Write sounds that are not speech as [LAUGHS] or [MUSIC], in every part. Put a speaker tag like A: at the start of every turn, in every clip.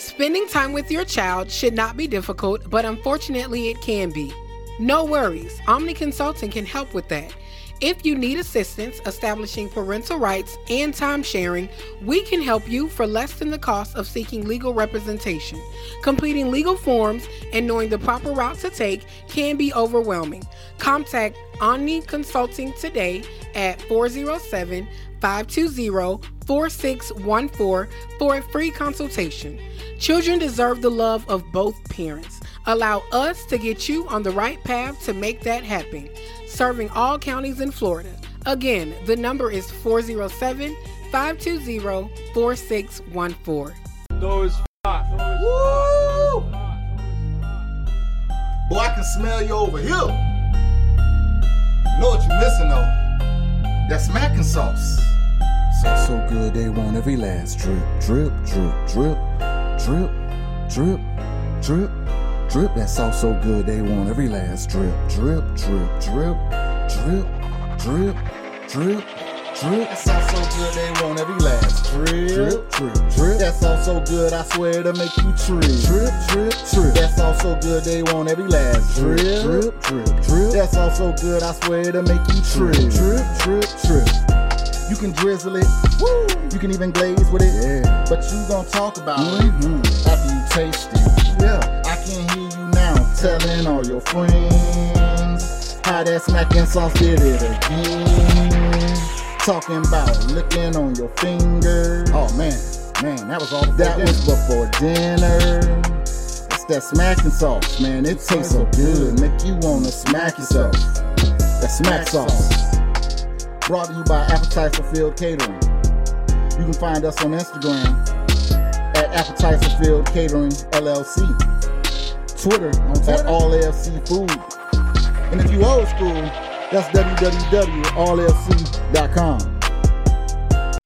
A: Spending time with your child should not be difficult, but unfortunately, it can be. No worries, Omni Consulting can help with that. If you need assistance establishing parental rights and time sharing, we can help you for less than the cost of seeking legal representation. Completing legal forms and knowing the proper route to take can be overwhelming. Contact Omni Consulting today at 407 520 4614 for a free consultation. Children deserve the love of both parents. Allow us to get you on the right path to make that happen. Serving all counties in Florida. Again, the number is 407 520 4614.
B: Though it's hot.
C: Woo! Boy, I can smell you over here. Know what you missing though? That smacking sauce.
D: So, so good they want every last drip, drip, drip, drip, drip, drip, drip, drip. That sauce so good they want every last drip, drip, drip, drip, drip, drip, drip, drip.
C: That sauce so good they want every last
D: Drip,
C: drip.
D: drip, drip,
C: That sauce so good I swear to make you trip.
D: drip, drip, drip.
C: That sauce so good they want every last
D: Drip,
C: drip.
D: drip, drip, drip.
C: That sauce so good I swear to make you
D: Drip,
C: trip.
D: drip, drip, drip.
C: You can drizzle it. Woo! You can even glaze with it.
D: Yeah.
C: But you gon' talk about it
D: Mm-hmm.
C: after you taste it.
D: Yeah.
C: I can hear you now telling all your friends how that smacking sauce did it again. Talking about licking on your fingers.
D: Oh man, man, that was all.
C: that
D: before
C: was before dinner. It's that smacking sauce, man. It tastes so
D: Mm-hmm.
C: good, make you wanna smack yourself. That smack sauce. Brought to you by Appetizer Field Catering. You can find us on Instagram at Appetizer Field Catering LLC. Twitter, at All AFC Food. And if you old school, that's www.allfc.com.
E: Oh,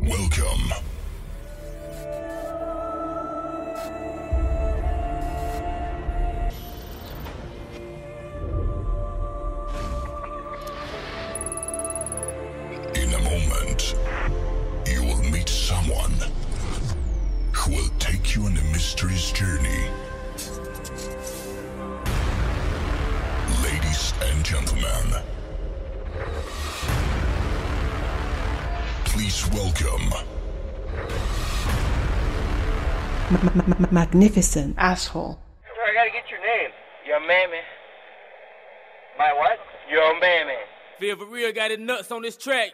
F: Welcome In a moment, you will meet someone who will take you on a mysterious journey. Ladies and gentlemen, please welcome
E: magnificent.
G: asshole.
H: I gotta get your name. Your mammy. My what? Your mammy.
B: Feel for real, got his nuts on this track.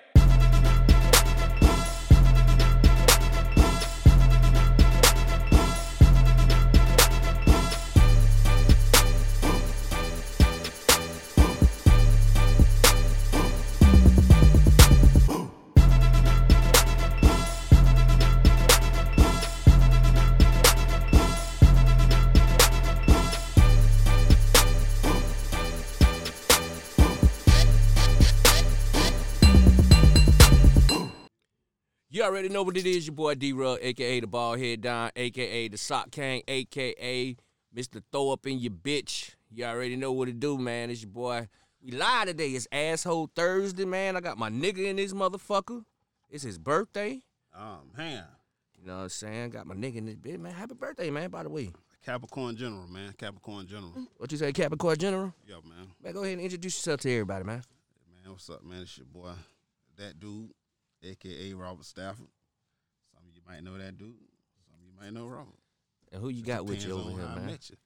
B: You already know what it is, your boy D Rug, aka the bald head Don, aka the sock king, aka Mr. Throw Up in Your Bitch. You already know what to do, man. It's your boy. We live today. It's asshole Thursday, man. I got my nigga in this motherfucker. It's his birthday.
I: Oh man,
B: You know what I'm saying? Got my nigga in this bitch, man. Happy birthday, man. By the way,
I: Capricorn General, man, Capricorn General.
B: what you say, Capricorn General?
I: Yo, man,
B: Man, go ahead and introduce yourself to everybody, man.
I: man, what's up, man? It's your boy, that dude, aka Robert Stafford. Some of you might know that dude. Some of you might know Robert.
B: And who you got with you
I: Depends
B: over
I: on
B: here,
I: how I
B: man?
I: met you.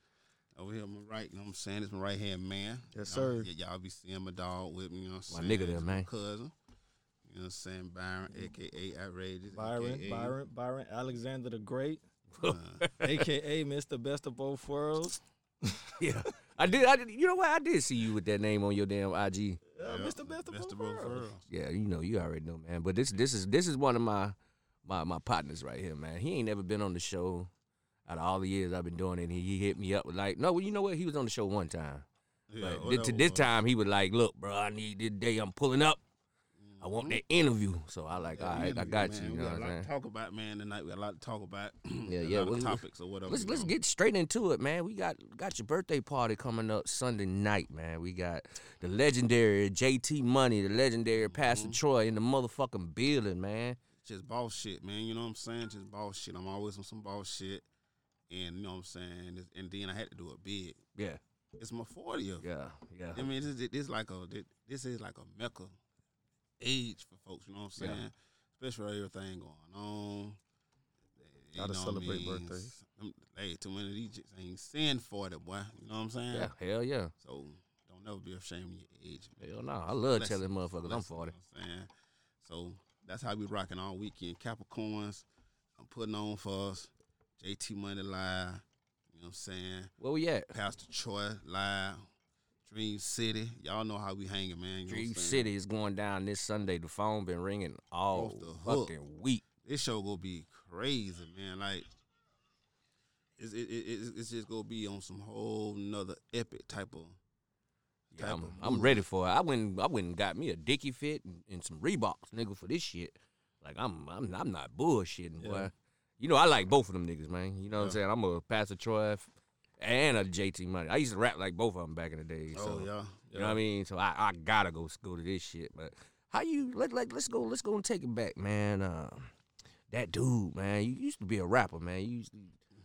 I: Over here, on my right, you know what I'm saying? It's my right hand man.
C: Yes,
I: You
C: sir.
I: know, y- y'all be seeing my dog with me, you know what
B: My
I: I'm saying?
B: nigga there,
I: It's
B: man.
I: cousin. You know what I'm saying? Byron, aka Outrageous.
J: Byron,
I: aka,
J: Byron, Byron Alexander the Great,
I: Uh,
J: [LAUGHS] aka Mr. Best of Both Worlds.
B: [LAUGHS] yeah, I did, I did. You know what? I did see you with that name on your damn IG.
J: Uh,
I: yeah,
J: Mr. Best of Both
I: Both
J: Worlds.
I: Worlds.
B: Yeah, you know, you already know, man. But this this is this is one of my my my partners right here, man. He ain't never been on the show. Out of all the years I've been doing it, he, he hit me up with like, no, well, you know what? He was on the show one time,
I: Yeah,
B: but
I: oh,
B: thi-
I: that
B: to
I: was
B: this
I: one.
B: time he was like, look, bro, I need this day. I'm pulling up. I I want that
I: Mm-hmm.
B: interview. So I like, all right, I got you. You know
I: we
B: what
I: got
B: I'm
I: a lot
B: saying?
I: to talk about, man. Tonight we got a lot to talk about.
B: [CLEARS THROAT]
I: [CLEARS THROAT]
B: Yeah,
I: a
B: yeah,
I: lot of
B: well,
I: topics or whatever.
B: Let's
I: we
B: let's
I: got.
B: get straight into it, man. We got got your birthday party coming up Sunday night, man. We got the legendary JT Money, the legendary
I: Mm-hmm.
B: Pastor Troy in the motherfucking building, man.
I: just boss shit, man. You know what I'm saying? Just boss shit. I'm always on some boss shit, and you know what I'm saying. It's- And then I had to do it big.
B: Yeah,
I: It's my 40th.
B: yeah, yeah.
I: I mean, this, this like a thi- this is like a mecca age for folks. You know what I'm
B: Yeah.
I: saying? Especially with everything going on. You
E: Gotta
I: know what I
E: celebrate
I: mean?
E: birthdays.
I: Them- Hey, too many of these chicks ain't sin for it, boy. You know what I'm saying?
B: Yeah, hell yeah.
I: So don't never be ashamed of your age. man.
B: Hell no. I love
I: Bless
B: telling
I: you.
B: motherfuckers I'm
I: Bless you,
B: 40.
I: You know what I'm saying? So that's how we rocking all weekend. Capricorns, I'm putting on for us. JT Money Live, you know what I'm saying?
B: Where we at?
I: Pastor Troy Live, Dream City. Y'all know how we hanging, man. You know what I'm
B: Dream
I: saying?
B: City is going down this Sunday. The phone been ringing all
I: Off the hook.
B: fucking week.
I: This show gonna be crazy, man. Like, it's, it, it, it, it's just gonna be on some whole nother epic type of.
B: Yeah,
I: type
B: I'm,
I: of
B: I'm
I: mood.
B: ready for it. I went I went and got me a dicky fit and, and some Reeboks, nigga, for this shit. Like I'm I'm I'm not bullshitting, boy. You know I like both of them niggas, man. You know what I'm saying? I'm a Pastor Troy f- and a JT Money. I used to rap like both of them back in the day.
I: Oh
B: so,
I: yeah,
B: You know what I mean? So I, I gotta go go to this shit. But how you let like let's go let's go and take it back, man. Uh, that dude, man, you used to be a rapper, man. You used to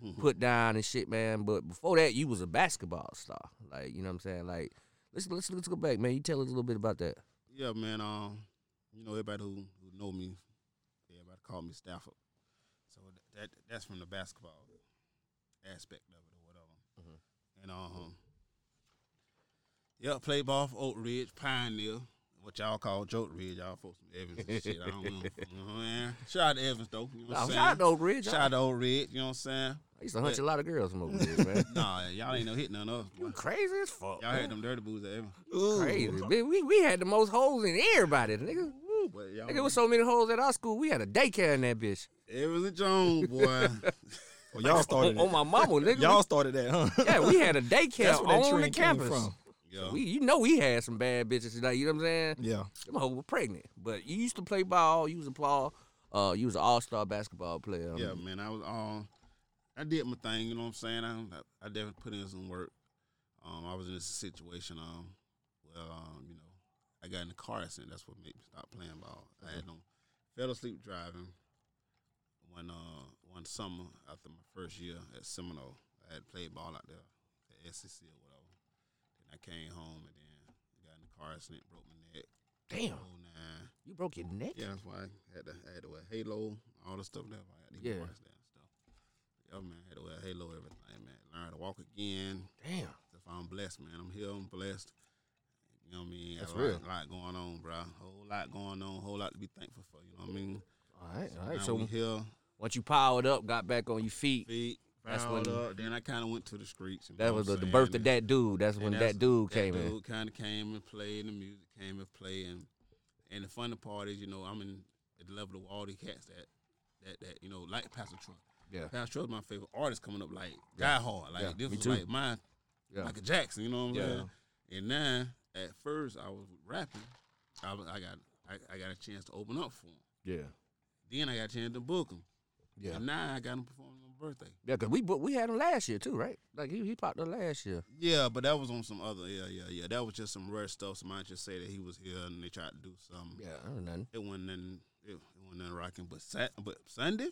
I: Mm-hmm.
B: put down and shit, man. But before that, you was a basketball star. Like you know what I'm saying? Like let's let's let's go back, man. You tell us a little bit about that.
I: yeah, man. Um, you know everybody who, who know me, everybody call me Stafford. So that, that that's from the basketball aspect of it or whatever.
B: Mm-hmm.
I: And um, yeah, played ball for Oak Ridge Pioneer. What y'all call Joke Ridge, y'all folks from Evans and shit. I
B: [LAUGHS]
I: don't know. You know what I'm saying? Shout out to Evans though. You know what I'm saying?
B: shout out to Oak Ridge.
I: Shout out to Old Red, you know what I'm saying?
B: I used to hunch a lot of girls from Oak
I: [LAUGHS]
B: Ridge, man.
I: Nah, y'all ain't no hitting none of us. boy.
B: You crazy as fuck.
I: Y'all had them dirty boots ever.
B: Crazy. Man, we we had the most holes in everybody, nigga.
I: But y'all,
B: Nigga, it was so many holes at our school. We had a daycare in that bitch.
I: Evans and Jones, boy.
B: [LAUGHS]
E: Well, y'all
B: On,
E: started.
B: on
E: it.
B: oh, my mama, nigga. we-
E: y'all started that, huh?
B: Yeah, we had a
E: [LAUGHS]
B: daycare
E: That's where that
B: on the
E: trend came
B: campus.
E: from.
I: yeah.
B: We, you know, we had some bad bitches today. You know what I'm saying?
E: Yeah.
B: Them hoes were pregnant, but you used to play ball. You was a plaw. Uh, you was an all-star basketball player.
I: yeah, man. I was all, I did my thing. You know what I'm saying? I, I, I definitely put in some work. Um, I was in this situation. Um, well, um, you know, I got in a car accident. That's what made me stop playing ball. I had no, fell asleep driving. One uh, one summer after my first year at Seminole, I had played ball out there at SEC or whatever. Then I came home and then got in a car accident, broke my neck.
B: Damn,
I: Oh nine.
B: you broke your neck.
I: Yeah, that's why I had to I had to wear halo, all the stuff that I had to yeah.
B: Yeah.
I: watch that stuff. Yo man, I had to wear halo everything, man. Learn how to walk again.
B: Damn.
I: If I'm blessed, man. I'm here, I'm blessed. You know what I mean?
E: That's
I: a
E: real.
I: Lot, lot going on, bro. Whole lot going on, whole lot to be thankful for, you know what I mean?
B: All right, all right.
I: Now
B: So
I: we here,
B: once you powered up, got back on your feet,
I: feet,
B: That's
I: that's
B: when-
I: up. Then I kinda went to the streets. you know
B: that
I: what
B: was the,
I: I'm
B: the
I: saying?
B: birth of
I: And-
B: that dude. That's when
I: and
B: that dude came in.
I: Dude kind of came and played, and the music came and played, and and the funny part is, you know, I'm in at the level of all the cats that that that you know, like Pastor Troy.
B: Yeah.
I: Pastor Troy's my favorite artist coming up, like Die Hard, like
B: Yeah,
I: this
B: me
I: was
B: too.
I: like my
B: Yeah.
I: Michael Jackson. You know what I'm
B: Yeah.
I: saying? And now, at first, I was rapping. I, was- I got I, I got a chance to open up for him.
B: Yeah,
I: Then I got a chance to book him.
B: yeah,
I: And now I got him performing on my birthday.
B: yeah. Cause we bu- we had him last year too, right? Like he, he popped up last year.
I: Yeah, but that was on some other. Yeah, yeah, yeah. That was just some rare stuff. Somebody just said that he was here and they tried to do something.
B: Yeah, I don't know.
I: It wasn't nothing. It, it wasn't nothing rocking. But sat, but Sunday,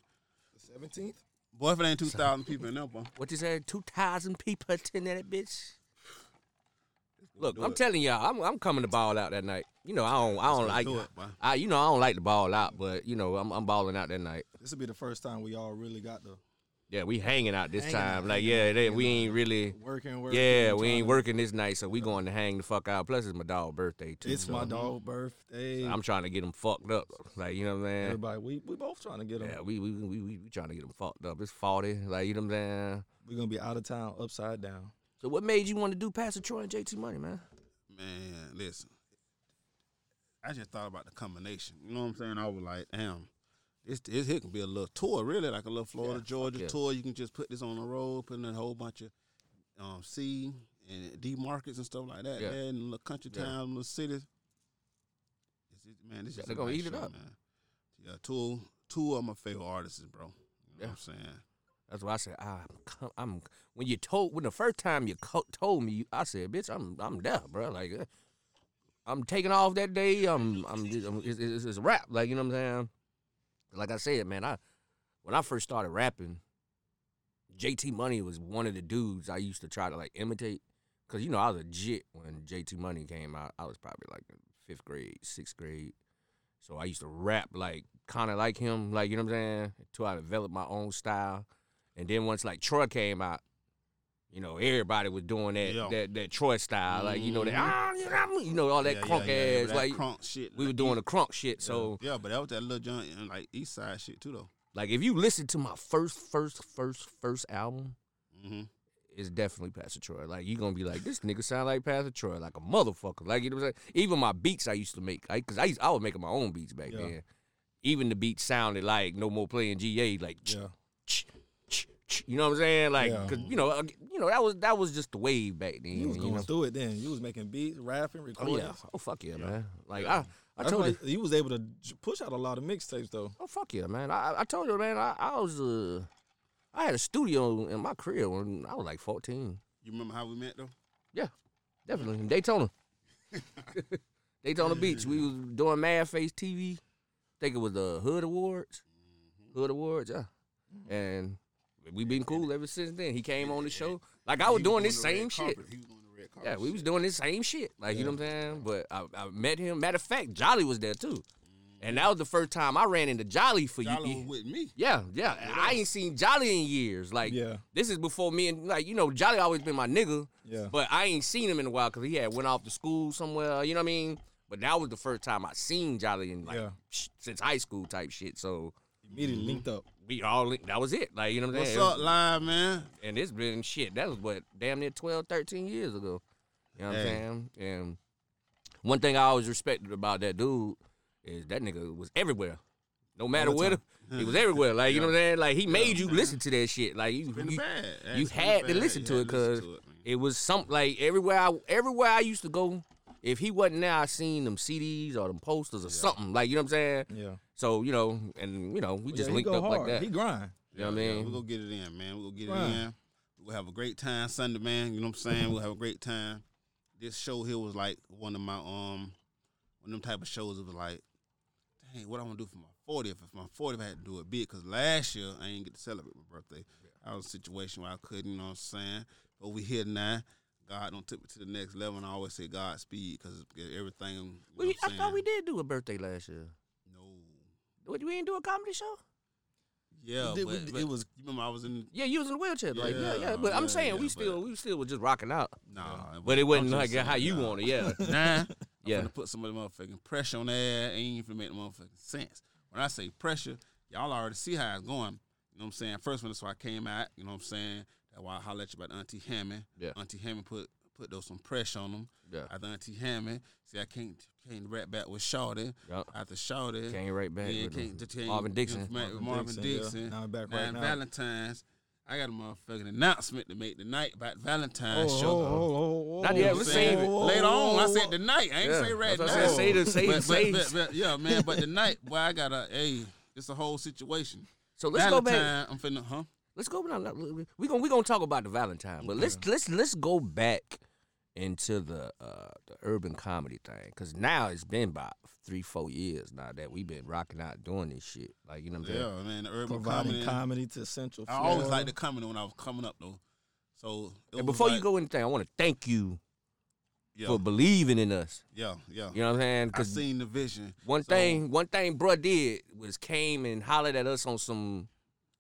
E: Seventeenth.
I: boy, if it ain't two thousand people in there,
E: [LAUGHS]
I: boy,
B: What you say? Two thousand people attending that bitch. Look,
I: do
B: I'm
I: it.
B: telling y'all, I'm I'm coming to ball out that night. You know, I don't I don't
I: gonna
B: like
I: do it, boy.
B: I you know I don't like to ball out, but you know I'm I'm balling out that night.
E: This will be the first time we all really got to
B: Yeah, we hanging out this
E: Hanging out,
B: time. like
E: hanging
B: yeah,
E: out,
B: they,
E: hanging
B: we
E: out.
B: ain't really.
E: work and work.
B: Yeah,
E: and
B: we
E: try
B: ain't
E: to-
B: working this night, so we going to hang the fuck out. Plus, it's my dog birthday too.
E: It's
B: so
E: my dog birthday.
B: I'm trying to get him fucked up. Like you know what I'm saying?
E: Everybody, we we both trying to get them.
B: Yeah, we we, we we we trying to get him fucked up. It's forty. Like you know what I'm saying?
E: We're gonna be out of town, upside down.
B: So what made you want to do Pastor Troy and JT Money, man?
I: man, listen. I just thought about the combination. You know what I'm saying? I was like, damn, this this here can be a little tour, really, like a little Florida Georgia
B: yeah.
I: tour. You can just put this on the road, put in a whole bunch of um, C and D markets and stuff like that.
B: Yeah.
I: Yeah, and little country
B: Yeah.
I: town, little cities. It's it- man, this is
B: They're
I: a
B: gonna
I: nice
B: eat it
I: show,
B: up.
I: man. Yeah, two two of my favorite artists, bro. You know
B: Yeah.
I: what I'm saying?
B: That's why I said "Ah, I'm. com- I'm when you told when the first time you co- told me, you, I said, "Bitch, I'm I'm there, bro." Like, uh, I'm taking off that day. I'm I'm, I'm it's, it's, it's a rap. Like you know what I'm saying? Like I said, man, I when I first started rapping, JT Money was one of the dudes I used to try to like imitate. Cause you know I was legit when JT Money came out. I was probably like in fifth grade, sixth grade. So I used to rap like kind of like him, like you know what I'm saying, until I developed my own style. And then once like Troy came out, you know everybody was doing that
I: Yeah.
B: that that Troy style, like you know that ah, you know, what I mean?" You know, all that
I: Yeah, yeah,
B: crunk
I: yeah,
B: ass,
I: that
B: like
I: crunk shit.
B: we were
I: like,
B: doing the
I: yeah.
B: crunk shit. So
I: yeah, but that was that little John and like East Side shit too, though.
B: like if you listen to my first, first, first, first album,
I: Mm-hmm.
B: it's definitely Pastor Troy. Like you're gonna be like, this nigga sound like Pastor Troy, like a motherfucker. Like you know what I'm saying? Even my beats I used to make, I, cause I used, I was making my own beats back
E: Yeah.
B: then. Even the beats sounded like no more playing GA, like
E: Yeah.
B: ch- ch- ch- you know what I'm saying? Like,
E: Yeah.
B: cause you know, uh, you know that was that was just the wave back then.
E: You was
B: you
E: going
B: know?
E: through it then. You was making beats, rapping,
B: Oh
E: recording.
B: yeah. Oh fuck yeah, man. Like I, I
E: That's
B: told
E: why
B: you,
E: you, was able to j- push out a lot of mixtapes though.
B: Oh fuck yeah, man! I I told you, man. I, I was uh, I had a studio in my career when I was like fourteen.
I: You remember how we met though?
B: Yeah, definitely
I: [LAUGHS]
B: in Daytona, Daytona Beach. We was doing Mad Face TV. think it was the Hood Awards.
I: Mm-hmm.
B: Hood Awards, yeah. And we been cool ever since then. He came on the show. Like I was
I: He
B: doing
I: on
B: this
I: the red
B: same shit.
I: carpet. He was on the red carpet.
B: Yeah, we was doing this same shit. Like you know what I'm saying. But I, I met him. Matter of fact, Jolly was there too. And that was the first time I ran into Jolly for you.
I: Dollar was with me.
B: Yeah, yeah. I ain't seen Jolly in years. Like,
E: Yeah.
B: this is before me and like you know Jolly always been my nigga.
E: Yeah.
B: But I ain't seen him in a while because he had went off to school somewhere. You know what I mean? But that was the first time I seen Jolly in like
E: Yeah.
B: sh- since high school type shit. So
E: Immediately linked up.
B: we all that was it. Like you know what I'm
I: What's
B: saying?
I: up, live man?
B: And it's been shit. That was what damn near 12, 13 years ago. You know what
I: Hey.
B: I'm saying? And one thing I always respected about that dude is that nigga was everywhere. No matter where, the, [LAUGHS] he was everywhere. Like you know what I'm saying? Like he made you listen to that shit. Like you,
I: Been
B: you,
I: bad. That's
B: you
I: been
B: had to
I: bad.
B: listen
I: You
B: to
I: had
B: it because
I: listen to man.
B: it was some like everywhere. I, everywhere I used to go, if he wasn't there, I seen them CDs or them posters or something. Like you know what I'm saying?
E: Yeah.
B: So you know, and you know, we just
E: yeah,
B: linked
E: he go
B: up
E: hard.
B: like that.
E: He grind.
B: you know what I
I: Yeah,
B: mean?
I: We're gonna get it in, man. We're gonna get
E: Right.
I: it in. We'll have a great time Sunday, man. You know what I'm saying? We'll have a great time. This show here was like one of my um one of them type of shows that was like, dang, what I wanna do for my 40th. If my 40th I had to do it big, cause last year I didn't get to celebrate my birthday. I was in a situation where I couldn't, you know what I'm saying? But we here now. God don't took me to the next level, and I always say God speed because everything. You know
B: We-
I: what
B: I
I: I'm
B: thought we
I: saying?
B: did do a birthday last year.
I: No.
B: What, we didn't do a comedy show?
I: Yeah,
E: We did- we
I: but,
E: did-
I: but
E: it was-
I: You remember I was in?
B: Yeah, you was in a wheelchair. like, yeah, yeah.
I: Yeah,
B: But I'm
I: yeah,
B: saying
I: yeah,
B: we
I: but-
B: still we still were just rocking out.
I: Nah,
B: But it wasn't
I: I'm
B: like
I: just
B: how
I: saying,
B: you
I: nah.
B: want
I: [LAUGHS]
B: it, yeah.
I: Nah,
B: Yeah.
I: I'm gonna put some of the motherfucking pressure on there. Ain't even make the motherfucking sense. When I say pressure, y'all already see how it's going. You know what I'm saying? First one, that's why I came out. You know what I'm saying? That's why I hollered at you about Auntie Hammond.
B: Yeah.
I: Auntie Hammond put put those some pressure on them.
B: Yeah.
I: After Auntie Hammond, see, I can't can't rap back with Shawty.
B: Yeah.
I: After Shawty,
B: Came right back
I: Yeah,
B: with
I: can't,
B: them.
I: can't-
B: Marvin Dixon.
I: Marvin, Marvin
E: Dixon, yeah.
I: Dixon.
E: Now I'm back
I: Now
E: right
I: in
E: now.
I: Valentine's. I got a motherfucking announcement to make tonight about Valentine's
E: Oh,
I: show.
B: Not
I: You
B: yet.
I: know
B: Let's
I: what I'm
B: save
I: saying?
B: it.
I: Later on, I said tonight. I ain't
B: Yeah,
I: say right
B: that's
I: now.
B: what I said. Say the- say-
I: but,
B: say-
I: But, but, but, yeah, man. But tonight, boy, I got a. Hey, it's a whole situation.
B: So let's go back.
I: Valentine, I'm finna, huh?
B: Let's go back. We gonna we gonna talk about the Valentine, but let's let's let's go back into the uh, the urban comedy thing because now it's been about three four years now that we've been rocking out doing this shit. Like you know what I'm
I: Yeah,
B: saying?
I: man. The urban
E: Providing
I: comedy.
E: comedy to Central.
I: I always
E: Florida.
I: liked the comedy when I was coming up though. So it
B: And
I: was
B: before you
I: like-
B: go anything, I want to thank you
I: yeah,
B: for believing in us.
I: yeah, yeah.
B: You know what I'm saying?
I: I
B: 'Cause
I: seen the vision.
B: One
I: So,
B: thing, one thing, bruh did was came and hollered at us on some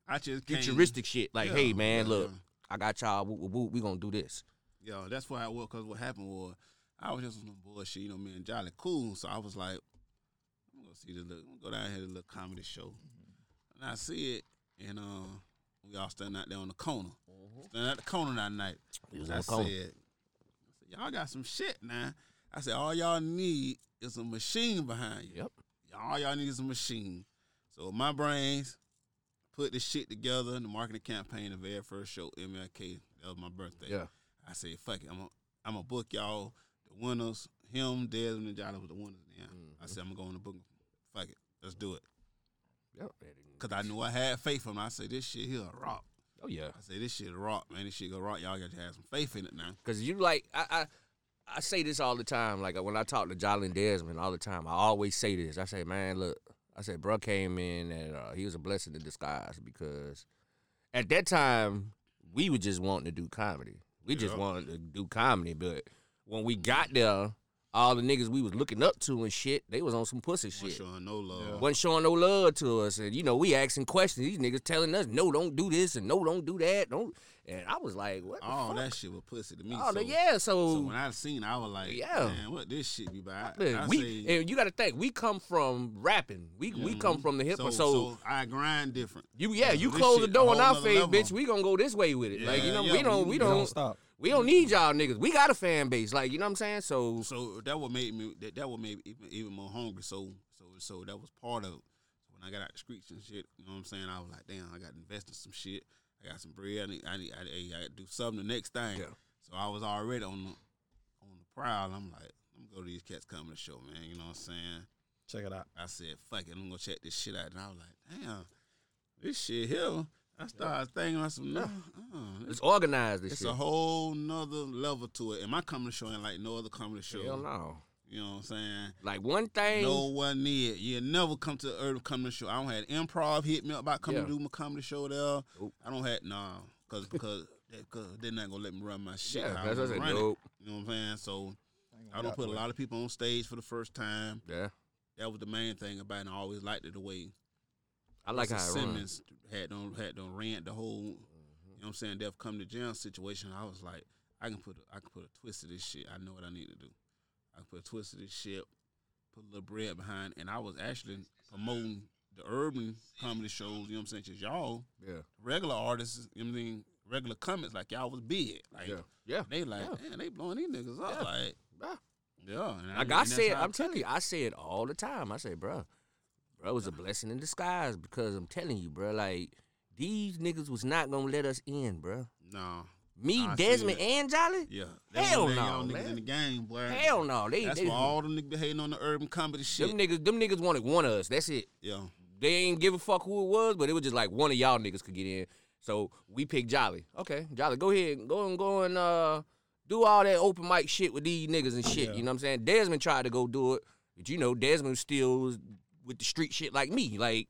I: I just came-
B: futuristic shit. Like,
I: Yeah,
B: hey man,
I: yeah,
B: look,
I: yeah.
B: I got y'all. Whoop, whoop, whoop, we gonna do this.
I: Yeah, that's why I was. Cause what happened was, I was just on some bullshit. You know, me and Jolly cool. So I was like, I'm gonna see this. Little, I'm gonna go down here to the little comedy show. And I see it, and uh, we all standing out there on the corner. Standing at the corner that night.
B: It Mm-hmm. was
I: I
B: on the corner.
I: said, I said, y'all got some shit now. I said, all y'all need is a machine behind you.
B: Yep.
I: All y'all need is a machine. So my brains put this shit together in the marketing campaign. The very first show, MLK, that was my birthday.
B: Yeah.
I: I said, fuck it, I'm gonna I'm book y'all the winners him, Desmond, and Jada was the winners. Yeah,
B: Mm-hmm.
I: I said I'm gonna go in the book. Fuck it, let's do it.
B: Yep.
I: Cause I knew I had faith in him. I said this shit here a rock.
B: Oh yeah.
I: I said this shit a rock, man. This shit gonna rock. Y'all got to have some faith in it now.
B: Cause you like I, I I say this all the time. Like when I talk to Jalen Desmond all the time, I always say this. I say, man, look. I say, bro came in and uh, he was a blessing in disguise because at that time we were just wanting to do comedy. We just wanted to do comedy, but when we got there, all the niggas we was looking up to and shit, they was on some pussy
I: Wasn't
B: shit.
I: showing no love.
B: wasn't showing no love to us. And you know, we asking questions. These niggas telling us, no, don't do this and no, don't do that. Don't and I was like, what the
I: All
B: fuck?
I: Oh, that shit was pussy to me.
B: Oh,
I: so,
B: yeah, so,
I: So when I seen, it, I was like,
B: Yeah.
I: man, what this shit be about?
B: look,
I: I
B: we
I: say-
B: and you got to think we come from rapping. We we come from the hip
I: so,
B: hop. So,
I: so I grind different.
B: you yeah, you
I: this
B: close the
I: shit
B: door in
I: a whole
B: our
I: nother
B: face,
I: level.
B: bitch. We gonna go this way with it. like you
I: Yeah,
B: know,
I: yeah,
B: we don't
I: we-
B: we
I: we
B: don't,
J: don't stop.
B: We don't need y'all niggas. We got a fan base. Like you know what I'm saying. So
I: So that what made me that, that what made me even, even more hungry. So so so that was part of. it. So when I got out the streets and shit, you know what I'm saying? I was like, damn, I got to invest in some shit. I got some bread. I need I need I, need- I got to do something the next thing.
B: Yeah.
I: So I was already on the on the prowl. I'm like, I'm gonna go to these cats coming to show, man. You know what I'm saying?
J: Check it out.
I: I said, fuck it, I'm gonna check this shit out. And I was like, damn, this shit here. I started thinking, I said, no, uh,
B: it's organized. This
I: It's
B: shit.
I: a whole nother level to it. And my comedy show ain't like no other comedy show.
B: Hell no.
I: You know what I'm saying?
B: Like one thing.
I: No one near. You never come to the Urban Comedy Show. I don't have improv hit me up about coming
B: Yeah.
I: to do my comedy show there. I don't have nah, cause because they, cause they're not gonna let me run my shit.
B: Yeah,
I: how I'm
B: that's what I said.
I: running.
B: Nope.
I: You know what I'm saying? So I don't put a lot of people on stage for the first time.
B: Yeah.
I: That was the main thing about it. And I always liked it the way
B: I like how it run.
I: Simmons had done had done rant the whole, you know what I'm saying, Def come to jail situation. I was like, I can put a, I can put a twist to this shit. I know what I need to do. I can put a twist to this shit, put a little bread behind, and I was actually promoting the urban comedy shows. You know what I'm saying? Cause y'all
B: Yeah.
I: regular artists, you know what I mean, regular comics like y'all was big. Like
B: Yeah. Yeah.
I: they like, man, they blowing these niggas up. Like
B: Yeah.
I: yeah, and
B: Like
I: and
B: I
I: that's
B: said,
I: how I
B: I'm
I: took
B: telling
I: it.
B: you, I say it all the time. I say, bruh, bro, it was a blessing in disguise because I'm telling you, bruh, like these niggas was not gonna let us in, bruh.
I: No.
B: Me,
I: I see
B: Desmond,
I: it.
B: and Jolly?
I: Yeah.
B: Hell
I: They
B: no,
I: y'all niggas
B: man.
I: in the game, boy.
B: Hell no. They,
I: That's
B: they
I: why all them niggas be hating on the urban comedy shit.
B: them niggas, them niggas wanted one of us. That's it.
I: yeah.
B: They ain't give a fuck who it was, but it was just like one of y'all niggas could get in. So we picked Jolly. Okay, Jolly, go ahead, go and go and uh, do all that open mic shit with these niggas and shit. You know what I'm saying? Desmond tried to go do it, but you know Desmond still was with the street shit like me. Like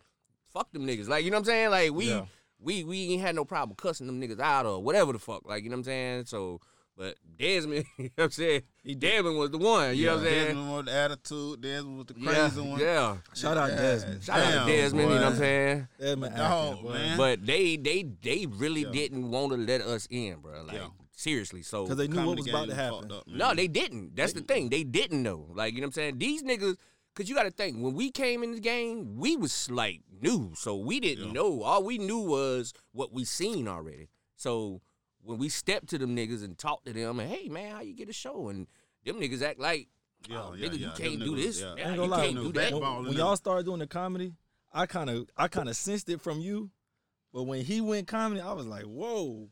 B: fuck them niggas. Like you know what I'm saying? Like we
J: Yeah.
B: we we ain't had no problem cussing them niggas out or whatever the fuck. Like you know what I'm saying? So. But Desmond, [LAUGHS] you know what I'm saying? Desmond was the one, you know what I'm saying?
I: Desmond with the attitude. Desmond with the crazy
B: yeah,
I: one.
B: yeah.
J: Shout out Desmond.
B: Shout out to
I: Damn,
B: Desmond, you know what I'm
I: boy.
B: saying?
J: Desmond
I: Dog,
J: acting, boy.
I: man.
B: But they they they really didn't want to let us in, bro. Like
I: Yeah.
B: seriously. So
J: Cause they knew what
I: Comedy
J: was
I: game
J: about to
I: is
J: happen.
I: fucked up, man.
B: no, they didn't. That's the thing. They didn't know. Like you know what I'm saying? These niggas. Cause you got to think when we came in the game, we was like new, so we didn't know. All we knew was what we seen already. So when we stepped to them niggas and talked to them, and hey man, how you get a show? And them niggas act like,
I: Yeah,
B: oh,
I: yeah,
B: nigga,
I: yeah.
B: you
I: Them
B: can't do
I: niggas,
B: this.
I: yeah.
B: Nah,
J: I ain't
B: you
J: gonna
B: can't
J: lie.
B: do
I: Them
B: that.
I: back-
J: When,
I: Backbone
J: when
I: in
J: y'all
I: it.
J: started doing the comedy, I kind of I kind of sensed it from you, but when he went comedy, I was like, whoa,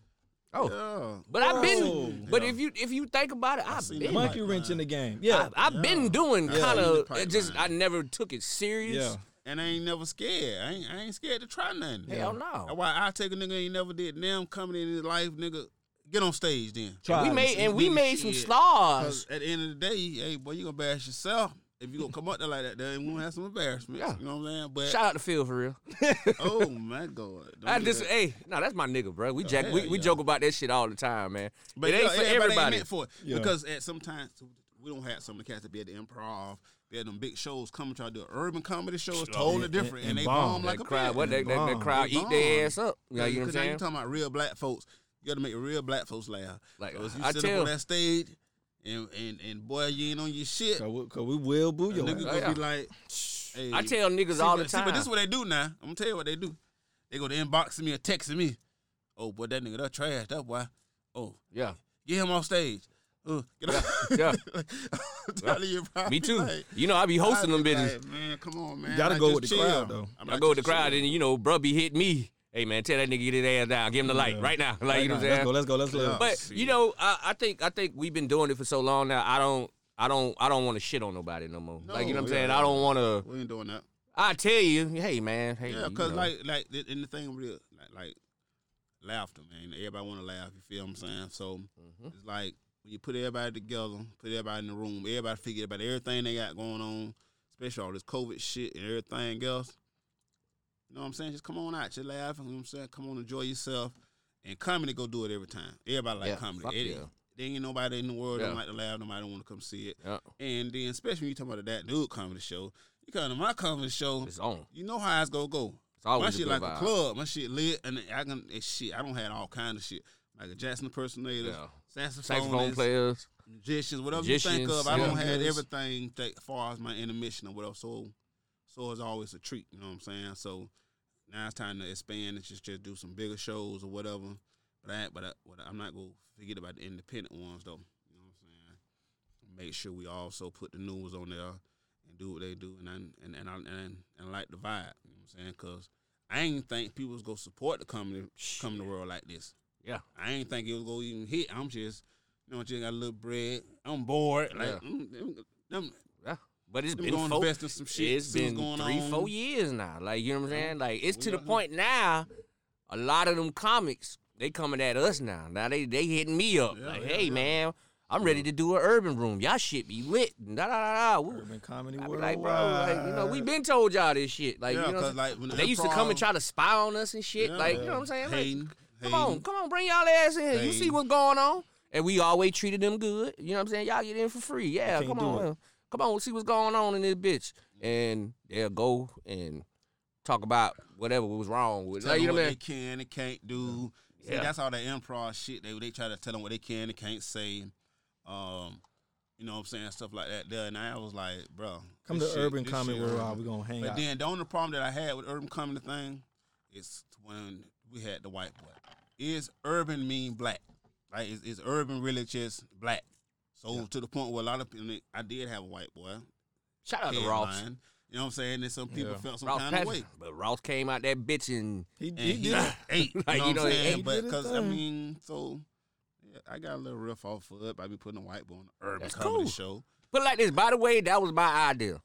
B: Oh,
I: Yeah.
B: but I've
J: Whoa.
B: been. But if you if you think about it, I've
I: seen them.
B: been.
J: monkey wrench in the game. Yeah,
B: I, I've been doing kind
I: you the
B: of
I: pipeline.
B: just I never took it serious.
J: yeah.
I: And I ain't never scared. I ain't, I ain't scared to try nothing.
B: Hell no.
I: That's why I take a nigga ain't never did damn comedy in his life, nigga. Get on stage then.
J: Try
B: We
J: it.
B: made and
I: Nigga,
B: we made some
I: shit. Cause
B: stars.
I: at the end of the day, hey boy, you gonna bash yourself. If you gonna come up there like that, then we gonna have some embarrassment.
B: Yeah.
I: You know what I'm saying? But
B: Shout out to Phil for real.
I: [LAUGHS] oh my god, Don't
B: I
I: do
B: just
I: that.
B: hey, no, that's my nigga, bro. We jack,
I: hell
B: we, we
I: yeah.
B: joke about that shit all the time, man. But it
I: you
B: ain't
I: know,
B: for
I: everybody
B: everybody.
I: meant for it.
J: Yeah.
I: Because at sometimes we don't have some of the cats that be at the improv, be at them big shows coming try to do urban comedy shows, totally
J: and-
I: different, and,
J: and
I: they
J: bomb.
I: bomb, like
B: that
I: a
B: crowd,
I: bitch.
B: what that, that, that
J: bomb.
B: crowd eat their ass up. You know,
I: Like,
B: you know what
I: now you
B: I'm saying?
I: talking about real black folks. You got to make real black folks laugh.
B: Like,
I: Because you
B: I
I: sit
B: tell-
I: up on that stage, and and and boy, you ain't on your shit.
J: Cause we, cause we will boo
I: The
J: your
I: nigga
J: ass.
I: gonna
B: yeah.
I: be like, hey,
B: I tell niggas
I: see,
B: all
I: but-
B: the
I: see,
B: time.
I: but this is what they do now. I'm gonna tell you what they do. They go to inboxing me or texting me. Oh boy, that nigga, that trash. That boy. Oh,
B: yeah,
I: get him off stage. Uh, get off. [LAUGHS]
B: Yeah.
I: I'm telling you, bro, I be
B: me too.
I: like-
B: you know, I be hosting
I: I
B: them
I: be
B: bitches.
I: like, man, come on, man.
J: You gotta
I: Like,
J: go
I: just
J: with the
I: chill.
J: crowd, though.
I: I'm
B: I
I: like,
B: go with the
I: just
B: crowd
I: chill.
B: and you know, bruh be hit me. Hey man, tell that nigga get his ass down. Give him the light right now. Like you know what I'm saying?
J: Let's go. Let's go. Let's go.
I: Yeah.
B: But
I: See
B: you
I: it.
B: know, I, I think I think we've been doing it for so long now. I don't I don't I don't want to shit on nobody no more. like you know what I'm
I: No,
B: saying?
I: yeah.
B: I don't want to.
I: We ain't doing that.
B: I tell you, hey man, hey.
I: Yeah,
B: you
I: cause
B: know.
I: like like th- and the thing with like, like laughter, man. Everybody want to laugh. You feel what I'm saying? So
B: Mm-hmm.
I: it's like when you put everybody together, put everybody in the room, everybody figure about everything they got going on, especially all this COVID shit and everything else. You know what I'm saying? Just come on out, just laugh. You know what I'm saying? Come on, enjoy yourself. And comedy go do it every time. Everybody like
B: Yeah,
I: comedy.
B: fuck
I: It-
B: yeah.
I: There ain't nobody in the world
B: Yeah.
I: don't like to laugh. Nobody don't want to come see it.
B: Yeah.
I: And then especially when you talking about that dude comedy show, you come to my comedy show,
B: it's on.
I: you know how it's gonna go.
B: It's always
I: my
B: a
I: shit like
B: good vibe.
I: a club. My shit lit, and I can and shit. I don't have all kind of shit like a Jackson impersonators,
B: Yeah. Saxophone
I: saxophone players,
B: players.
I: magicians, whatever you think
B: magicians,
I: of. I don't
B: yeah.
I: have everything that as far as my intermission or whatever. So, so it's always a treat. You know what I'm saying? So now it's time to expand and just just do some bigger shows or whatever. But I but I, but I'm not gonna forget about the independent ones though. You know what I'm saying? make sure we also put the news on there and do what they do and I, and and I, and, and like the vibe. You know what I'm saying? Cause I ain't think people was gonna support the comedy coming to world like this.
B: Yeah.
I: I ain't think it was gonna even hit. I'm just you know just got a little bread. I'm bored. Like
B: Yeah.
I: mm, them, them-
B: Yeah. But it's
I: Them
B: been
I: going to
B: four,
I: invest in some shit,
B: It's
I: see what's
B: been
I: going
B: three,
I: on.
B: four years now. Like you know what I'm saying? Like it's
I: We
B: to the
I: out here.
B: point now. A lot of them comics they coming at us now. Now they they hitting me up.
I: Yeah,
B: like
I: yeah,
B: hey
I: yeah.
B: man, I'm ready to do an urban room. Y'all shit be lit. Da da da da.
J: Urban comedy
B: I be
J: worldwide.
B: like, bro, like, you know, we been told y'all this shit. Like,
I: yeah,
B: you know, what
I: cause
B: I'm
I: like when
B: saying? they used to come and try to spy on us and shit.
I: Yeah.
B: like, you know what I'm saying? Like,
I: Hating,
B: come
I: hating.
B: on, come on, bring y'all ass in here. You see
I: Hating.
B: what's going on? And we always treated them good. You know what I'm saying? Y'all get in for free. Yeah,
J: can't
B: come
J: do
B: on,
J: it.
B: uh, come on, see what's going on in this bitch. And they'll go and talk about whatever was wrong with.
I: tell
B: Like, you know
I: them what
B: what I'm
I: they
B: saying?
I: can and can't do. See,
B: Yeah.
I: that's all the improv shit. They they try to tell them what they can and can't say. Um, you know what I'm saying? Stuff like that. There, and I was like, bro.
J: Come
I: this
J: to
I: shit-
J: urban
I: this
J: comedy
I: shit-
J: world. We gonna hang
I: But
J: out.
I: then the only problem that I had with urban comedy thing is when we had the white boy. Is urban mean black? Like is, is urban really just black? So to the point where a lot of people, I did have a white boy.
B: Shout out to
I: headline,
B: Ross.
I: You know what I'm saying? And some people
J: Yeah.
I: felt some
B: Ross
I: kind of
B: Patterson.
I: way.
B: But Ross came out that bitch and
J: He,
I: And he,
J: he did. it.
I: [LAUGHS] ate. You know
B: [LAUGHS] Like,
I: what
B: you
I: I'm
B: know, he
I: saying?
B: ate.
J: He
I: but
J: did his
I: because I
J: thing.
I: mean, so yeah, I got a little rough off of it by me putting a white boy on the urban
B: That's
I: comedy
B: cool. [LAUGHS]
I: show.
B: put it like this. By the way, that was
I: [LAUGHS]
B: my idea.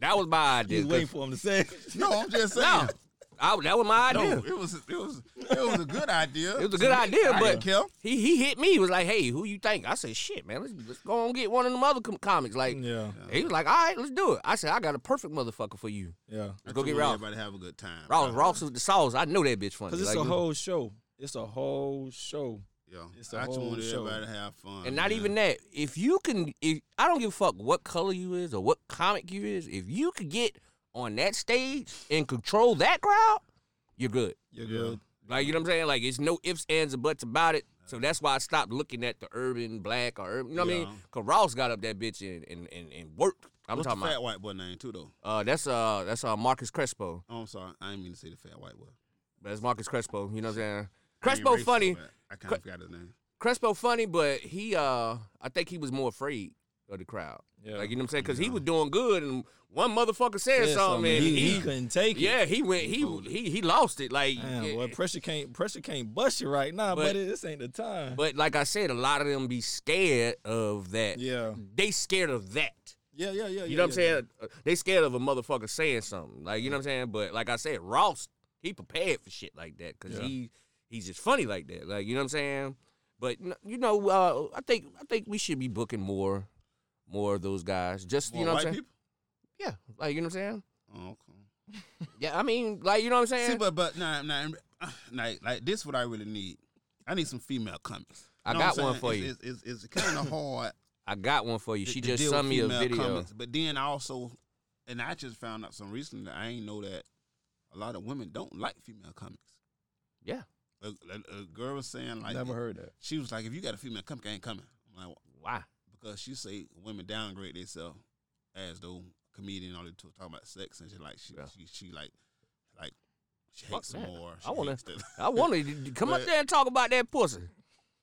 B: that was my idea.
J: You
B: 'cause-
J: waiting for him to say.
I: No, I'm just saying.
B: No, I, that was my idea.
I: No, it was it was it was a good idea.
B: It was
I: to
B: a good
I: me.
B: idea,
I: I
B: but-
I: didn't care.
B: He he hit me. He was like, "Hey, who you think?" I said, "Shit, man, let's, let's go and get one of them other com- comics." Like,
J: [LAUGHS] yeah,
B: he was like, "All right, let's do it." I said, "I got a perfect motherfucker for you."
J: yeah.
I: I
B: go get
I: told
B: Ralph.
I: Everybody have a good time.
B: Ross Ross was the sauce. I know that bitch funny.
J: Cause it's
B: Like,
J: a whole show. It's a whole show.
I: Yeah,
J: It's a
I: I just
J: whole
I: wanted
J: show.
I: everybody to have fun.
B: and not
I: man.
B: even that. If you can, if I don't give a fuck what color you is or what comic you is, if you could get on that stage and control that crowd, you're good.
J: You're
I: Yeah.
J: good.
B: Like you know what I'm saying? Like it's no ifs, ands, or buts about it. So that's why I stopped looking at the urban black or urban. You know what I mean?
I: Yeah.
B: Cause Ross got up that bitch and and and, and worked. I'm
I: What's
B: talking
I: the
B: about.
I: fat white boy name too though?
B: Uh, that's uh, that's uh, Marcus Crespo.
I: Oh, I'm sorry, I didn't mean to say the fat white boy.
B: That's Marcus Crespo. You know what I'm saying?
I: I ain't
B: Crespo
I: racist,
B: funny.
I: but I kind
B: Cre-
I: of forgot his name.
B: Crespo funny, but he uh, I think he was more afraid of the crowd.
J: Yeah.
B: Like you know what I'm saying? Because he was doing good, and one motherfucker said
J: Said
B: something, and
J: he,
B: he,
J: he couldn't take it.
B: yeah, he went, he he he lost it. Like,
J: Damn,
B: yeah.
J: boy, pressure can't pressure can't bust you right now,
B: But-
J: but, it this ain't the time.
B: but like I said, a lot of them be scared of that.
J: yeah,
B: They scared of that.
J: yeah, yeah, yeah.
B: You know what I'm saying? Uh, They scared of a motherfucker saying something. Like, you know what I'm saying? But like I said, Ross, he prepared for shit like that because
J: Yeah.
B: he he's just funny like that. Like, you know what I'm saying? But n- you know, uh, I think I think we should be booking more more of those guys. Just you
I: More
B: know
I: white
B: what I'm saying?
I: people.
B: Yeah. Like you know what I'm saying?
I: Oh, okay.
B: Yeah, I mean, like you know what I'm saying?
I: See, but but nah, nah, uh, like like this what I really need. I need some female comics.
B: I
I: Know what
B: got
I: I'm
B: one
I: saying?
B: for
I: It's-
B: you.
I: It's, it's, it's kind of hard.
B: I got one for [LAUGHS] you.
I: to-
B: She
I: to
B: just
I: deal
B: sent
I: with
B: me a
I: female
B: video.
I: comics. But then I also, and I just found out some recently that I ain't know that a lot of women don't like female comics.
B: Yeah.
I: A, a- a girl was saying like,
J: Never heard that.
I: she was like, if you got a female comic, I ain't coming. I'm like,
B: Why?
I: because she say women downgrade themselves as though comedian all they talk talking about sex and she like she
B: Yeah.
I: she, she like like she
B: Fuck
I: hates some
B: that.
I: more.
B: I wanna-
I: to.
B: [LAUGHS]
I: [LAUGHS]
B: I wanted to come up
I: But-
B: there and talk about that pussy.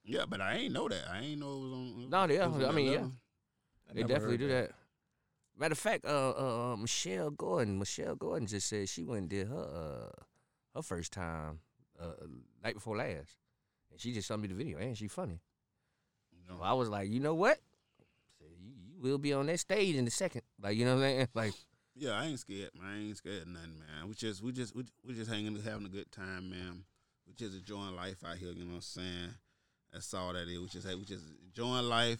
I: Yeah, but I ain't know that. I ain't know it was on.
B: No,
I: it
B: yeah,
I: was on
B: I
I: that
B: mean, yeah.
I: level.
B: They definitely do that. Matter of fact, uh, uh, uh, Michelle Gordon, Michelle Gordon just said she went and did her uh, her first time uh, night before last, and she just sent me the video, and she funny.
I: No.
B: So I was like, you know what? we'll be on that stage in a second. Like you know what I'm saying? Like
I: Yeah, I ain't scared, man. I ain't scared of nothing, man. We just we just we, we just hanging having a good time, man. We just enjoying life out here, you know what I'm saying? That's all that is. We just hey, we just enjoying life,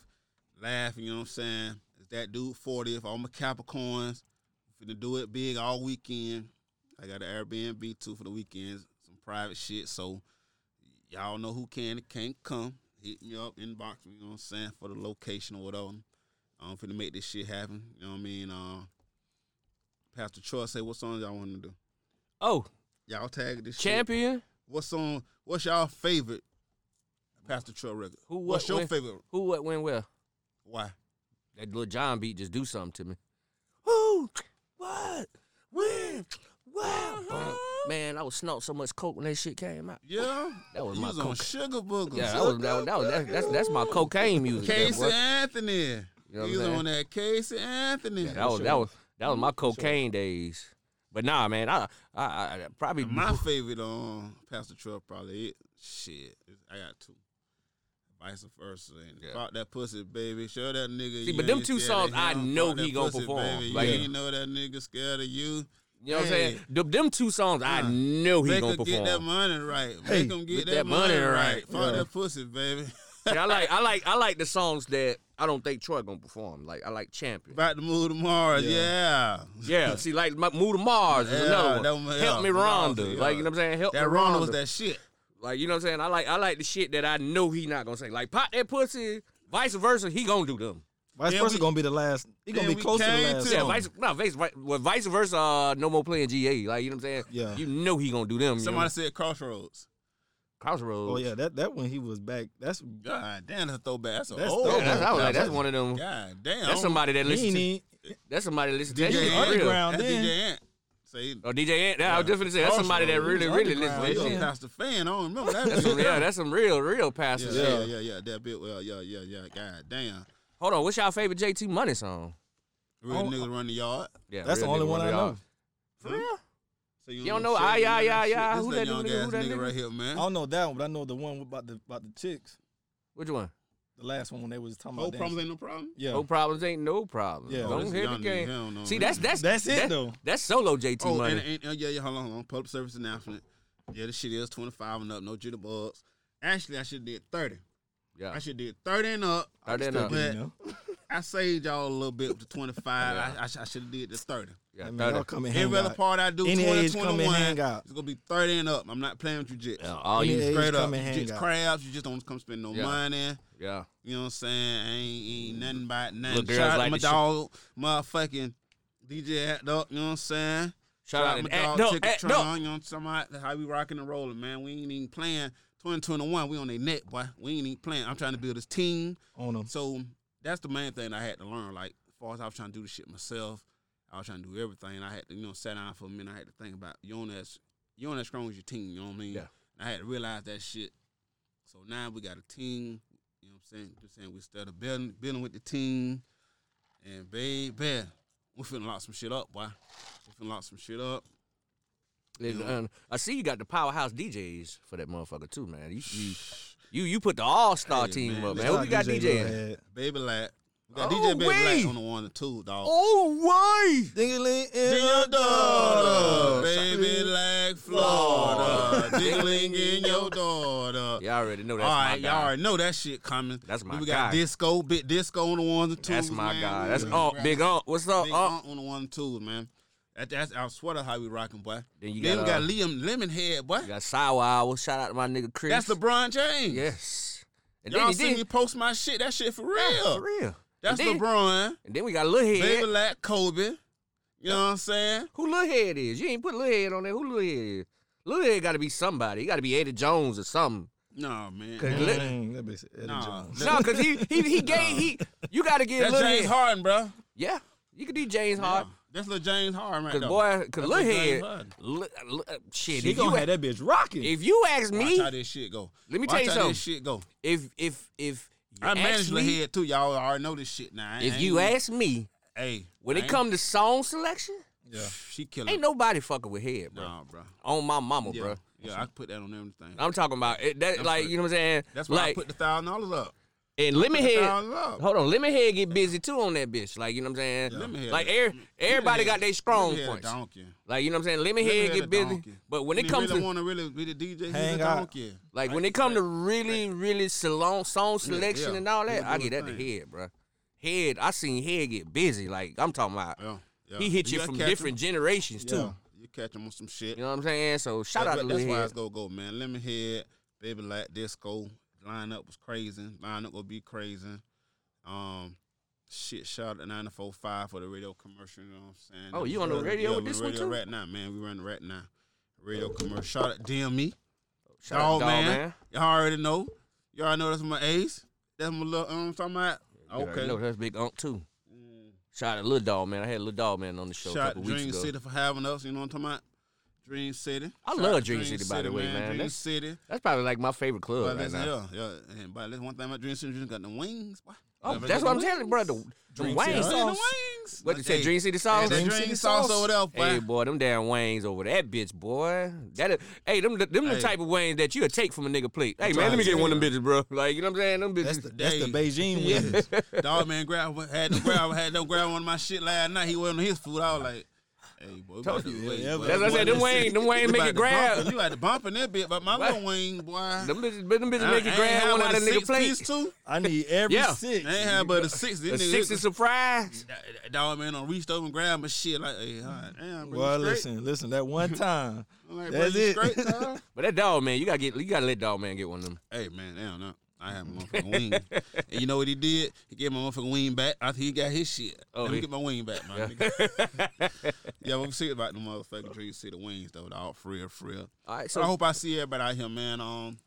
I: laughing, you know what I'm saying? It's that dude 40, if all my Capricorns, finna do it big all weekend. I got an Airbnb too for the weekends, some private shit, so y'all know who can and can't come. Hit me up, inbox me, you know what I'm saying, for the location or whatever. I'm finna make this shit happen. You know what I mean? Uh, Pastor Troy say, what song y'all want to do?
B: [LAUGHS] oh,
I: Y'all tag this shit.
B: champion.
I: What song? What's y'all favorite Pastor Troy record?
B: Who, what,
I: what's your
B: when?
I: favorite?
B: Who what when where?
I: Why?
B: That little John beat just do something to me. Who? What? When?
I: Uh-huh.
B: Wow. Man, I was snort so much coke when that shit came out.
I: Yeah,
B: That was
I: you
B: my
I: was on
B: coca-
I: Sugar Booger.
B: Yeah, that was that was, that was that's, that's that's my cocaine music. there,
I: Casey
B: boy.
I: Anthony.
B: know what
I: he
B: I'm
I: was
B: saying?
I: on that Casey Anthony.
B: That was that was that was my cocaine days. But nah, man, I I, I probably
I: my favorite um Pastor Troy probably it. Shit, I got two. Vice versa. And
B: Yeah.
I: Fuck that pussy, baby. Show that nigga.
B: See,
I: you
B: but them
I: ain't
B: two
I: scared of
B: songs I
I: him.
B: know
I: Fuck
B: he
I: that
B: gonna
I: pussy,
B: perform.
I: Baby.
B: Like-
I: you ain't know that nigga scared of you.
B: you know what I'm
I: Hey.
B: saying. Them, them two songs I know he
I: Make
B: gonna
I: him get that
B: perform.
I: money right. Make
B: Hey,
I: him
B: get
I: get that,
B: that money
I: money, right.
B: right.
I: Fuck
B: Yeah.
I: that pussy, baby.
B: And I like I like I like the songs that I don't think Troy gonna perform. Like I like
I: [LAUGHS]
B: Champion.
I: About to move to Mars. Yeah. [LAUGHS]
B: Yeah, see, like my, Move to Mars is
I: Yeah,
B: another
I: that
B: one.
I: one, yeah.
B: Help me, Rhonda.
I: Yeah.
B: Like you know what I'm saying. Help
I: That
B: me,
I: Ronald was
B: Rhonda.
I: that shit.
B: Like you know what I'm saying. I like I like the shit that I know he not gonna say. Like pop that pussy. Vice versa, he gonna do them.
J: Vice
I: And
J: versa
I: we-
J: gonna be the last. He gonna
I: and
J: be
I: we
J: close to the
I: came
J: last.
I: to-
B: Yeah,
I: Them.
B: vice no vice vi- well, vice versa. Uh, no more playing GA. Like you know what I'm saying.
J: Yeah.
B: You know he gonna do them. you
I: Somebody
B: know?
I: said Crossroads.
B: Crossroads.
J: Oh yeah, that that when he was back. That's
I: God damn, that's a throwback. That's an
J: That's
I: old
B: Yeah, Oh, that's, I was
I: one.
B: like, that's one of them.
I: God damn.
B: That's somebody that listen to.
J: Meanie.
B: That's somebody that listen to.
I: DJ
B: that shit for real.
J: Underground.
I: That's
J: then.
I: DJ Ant. Say,
B: Oh, DJ Ant. Yeah, I was just gonna say that's somebody that
I: Crossroads.
B: really, really listen to
I: You
B: that
I: don't
B: shit.
I: pass the fan. I don't remember that.
B: That's
I: shit.
B: some, yeah, that's some real, real pastor
I: yeah,
B: shit.
I: yeah, yeah, yeah. That bit. Well, yeah, yeah, yeah. God damn.
B: Hold on, what's y'all favorite JT Money song?
I: Real niggas run the yard.
B: Yeah,
J: That's the
B: real
J: only
B: nigga
J: one I
B: y'all.
J: know.
I: Oh, uh, For real? So
B: You don't know, ah,
I: shit,
B: yeah,
I: none of
B: yeah,
I: shit.
B: yeah,
I: This
B: who
I: is
B: that nigga,
I: young
B: who that
I: ass
B: nigga?
I: nigga right here,
J: I
I: man.
J: don't know that one, but I know the one about the about the chicks.
B: Which one?
J: The last one when they was talking
I: No
J: about dancing.
I: problems ain't no problem.
J: Yeah.
B: No problems ain't no problem.
J: Yeah.
I: Oh,
B: don't
I: this
B: hit the
I: young nigga,
B: game.
I: he don't know
B: See,
I: nothing.
B: that's that's
J: That's it,
B: that-
J: though.
B: That's solo JT
I: Oh,
B: money.
I: and, and, and- yeah, yeah, hold on, hold on. Public service announcement. Yeah, this shit is 25 and up, no jitterbugs. Actually, I should did 30.
B: yeah,
I: I should did 30 and up.
B: 30 and
I: Still
B: up.
I: bet.
J: You know?
I: I saved y'all a little bit with the 25. I, I, sh- I should have did the 30.
B: yeah,
J: I mean,
B: 30.
J: y'all come and hang
I: Every other
J: out.
I: part I do,
J: Any
I: 20,
J: age, come and
I: 21,
J: hang out.
I: it's going to be 30 and up. I'm not playing with you jits.
B: Yeah, all
J: Any
B: you,
J: age.
I: Straight up,
J: come and
I: you
J: hang
I: jits
J: out.
I: crabs. You just don't come spend no
B: Yeah.
I: money.
B: yeah.
I: You know what I'm saying? Ain't, ain't nothing about nothing.
B: Mm-hmm. Little girls
I: Shout out
B: like
I: to my
B: to sh-
I: dog, motherfucking DJ Act Up. You know what I'm saying?
B: Shout out
I: my
B: to Act
I: dog,
B: Up,
I: Ticket
B: Act
I: Tron,
B: Up.
I: You know what I'm talking about? That's How we rocking and rolling, man. We ain't even playing. 2021, we on their neck, boy. We ain't even playing. I'm trying to build this team.
J: On them.
I: So that's the main thing I had to learn. Like, as far as I was trying to do the shit myself, I was trying to do everything. I had to, you know, sat down for a minute. I had to think about you on as you on as strong as your team. You know what I mean?
B: Yeah.
I: And I had to realize that shit. So now we got a team. You know what I'm saying? Just saying we started building, building with the team, and baby, we finna lock some shit up, boy. We finna lock some shit up.
B: And, um, I see you got the powerhouse DJs for that motherfucker too, man. You you you, you put the all star
I: Hey,
B: team
I: man,
B: up,
I: look
B: man. Who
I: out,
B: we got
J: DJ
B: DJing?
J: Lil had-
I: Baby Lat. We got
B: Oh,
I: DJ Baby
B: wait.
I: Lat on the one and two, dog.
B: Oh, why?
J: Ding-a-ling in
I: in your
J: your
I: daughter,
J: daughter.
I: baby like Florida,
B: [LAUGHS]
I: dingling in your daughter.
B: Y'all already know
I: All
B: that's my
I: right,
B: guy.
I: y'all already know that shit coming.
B: That's my
I: Then we got
B: guy.
I: disco, big disco on the ones and twos.
B: That's my
I: man.
B: guy.
I: We
B: That's
I: got
B: Unc, Big oh, Unc. What's up,
I: Big
B: Unc?
I: Unc on the one and twos, man. That, that's I swear to how we rocking, boy.
B: Then you
I: we
B: got,
I: got
B: uh,
I: Liam Lemonhead, boy.
B: We got Sour Hour. Shout out to my nigga Chris.
I: That's LeBron James.
B: Yes. And
I: Y'all
B: then,
I: see
B: then,
I: me post my shit. That shit for real.
B: For real.
I: That's
B: and then,
I: LeBron,
B: And then we got Lil Head.
I: baby like Kobe. You know what I'm saying?
B: Who Lil Head is? You ain't put Lil Head on there. Who Lil Head is? Lil Head got to be somebody. He got to be Eddie Jones or something.
I: No man.
B: Cause Lil-
J: Dang, that bitch Eddie
I: Nah,
J: Jones.
B: no, because he he he gave he. You got to get
I: that's
B: Lil
I: James
B: Head.
I: Harden, bro.
B: Yeah, you could do James Hart.
I: Yeah, That's little James Harden right
B: Cause
I: there.
B: boy,
I: That's
B: cause Lil
I: Lil James
B: Head,
I: Harden.
B: Lil- Lil- uh, shit.
J: He
B: If you,
J: gonna have that bitch rocking.
B: if you ask
I: Watch
B: me,
I: how this shit go.
B: Let me
I: Watch
B: tell you
I: how
B: something.
I: This shit go.
B: if if if you
I: I manage
B: ask
I: Lil
B: me,
I: Head too. Y'all already know this shit now. I
B: if
I: ain't-
B: you ask me,
I: hey,
B: when
I: I
B: it
I: ain't-
B: come to song selection,
I: yeah, she killing.
B: ain't nobody fucking with Head, bro.
I: nah, bro.
B: On my mama,
I: Yeah,
B: bro.
I: yeah, I can put that on everything.
B: I'm talking about it, that, like
I: what-
B: you know what I'm saying.
I: That's why
B: like
I: I put the thousand dollars up.
B: And Lemon Head,
I: Found love.
B: hold on, Lemon Head get busy too on that bitch. Like you know what I'm saying?
I: Lemonhead-
B: Like er, everybody
I: Lemonhead-
B: got their strong
I: Lemonhead a
B: points.
I: Donkey.
B: Like you know what I'm saying? Lemon
I: Lemonhead
B: Head
I: a
B: get busy,
I: donkey.
B: but when it
I: he
B: comes
I: really
B: to
I: want to really be the DJ, he's a
J: Hang out.
I: donkey.
B: Like when it come to really, really salon song selection
I: yeah.
B: and all that,
I: He'll
B: I
I: do
B: get
I: his
B: at the
I: thing.
B: head, bro. Head, I seen head get busy. Like I'm talking about,
I: Yeah, yeah.
B: he hit you
I: gotta
B: from
I: catch him.
B: different generations too.
I: Yeah, you catch him on some shit.
B: You know what I'm saying? So shout
I: That's
B: out to
I: what- That's
B: Lil
I: why
B: Head.
I: it's gonna go, man. Lemonhead, Baby Like Disco, lineup was crazy. Lineup gonna be crazy. Um, shit, shout out to 945 for the radio commercial. You know what I'm saying?
B: Oh,
I: That
B: you
I: was
B: on the
I: really-
B: radio
I: yeah,
B: with
I: we
B: this
I: radio
B: one, too?
I: Right now, man, we run the right now. Radio commercial. Shout out DME.
B: Shout
I: Dog
B: out to Dog
I: E. man.
B: Man.
I: Y'all already know. Y'all know that's my ace. That's my little um. Talking about.
B: Okay,
I: Okay.
B: no, that's big unk too. Shout out to Lil Dog Man. I had Lil Dog Man on the show a
I: Mm. Shout
B: couple
I: out
B: weeks
I: Dream
B: ago.
I: City for having us. You know what I'm talking about? Dream City.
B: I
I: Shout
B: love
I: out to
B: Dream City, by the way, man.
I: Dream
B: That's-
I: City.
B: That's probably like my favorite
I: But
B: club right
I: that's,
B: now.
I: yeah, yeah. And, but that's one thing about Dream City. Dream got the wings. Boy.
B: Oh,
I: Never
B: that's
I: got
B: what
I: the
B: I'm telling you, bro. The, the
J: Dream
B: Wayne
J: City.
I: wings. Hey, the
B: sauce.
I: wings.
B: What you say,
I: Hey,
B: Dream City
I: hey,
B: sauce?
I: that Dream City sauce over there, boy.
B: Hey boy, them damn wings over that bitch, boy. That is- hey, them them the
I: Hey.
B: type of wings that you'll take from a nigga plate. Hey man, let
I: trying to
B: me get
I: tell
B: one of them bitches, bro. Like you know what I'm saying? Them bitches.
J: That's the, that's the
I: Hey. [LAUGHS]
B: [LAUGHS]
J: Beijing wings.
I: Dog man grab had to grab had to grab one of my shit last night. He wasn't on his food. I was like, hey boy, we
B: Told
I: about to-
B: you.
I: wait,
J: Yeah,
I: boy,
B: that's what I
I: boy,
B: said. Them
I: this-
B: wings, them wings
I: you
B: make
I: about to
B: it
I: bump-
B: grab.
I: You had to bump in that bit, but my
B: What?
I: little wing, boy. I-
B: Them bitches, them bitches
I: I
B: make
I: ain't
B: it
I: had
B: grab one
I: but
B: out of nigga
I: six
B: plate.
I: piece, too.
J: I need every
B: Yeah.
J: six.
I: I ain't had but a six.
B: A
I: This nigga-
B: six is surprise.
I: That dog man on reached over and grabbed my shit like, hey, all right, damn, bro,
J: Well,
I: you straight?
J: listen, listen. That
I: [LAUGHS]
J: one time,
I: I'm like,
J: that's
I: bro, you
J: it. [LAUGHS]
I: straight, dog?
B: But that dog man, you gotta get, you gotta let dog man get one of them.
I: [LAUGHS] hey man, damn, no. I had my motherfucking wing. and you know what he did? He gave my motherfucking wing back after he got his shit. Oh,
B: Oh,
I: Let me
B: he-
I: get my wing back, man. Yeah,
B: [LAUGHS]
I: yeah we'll see about the motherfucking dream see the wings though, dog. For real, for real.
B: All right,
I: So I
B: so
I: hope I see everybody out here, man. Um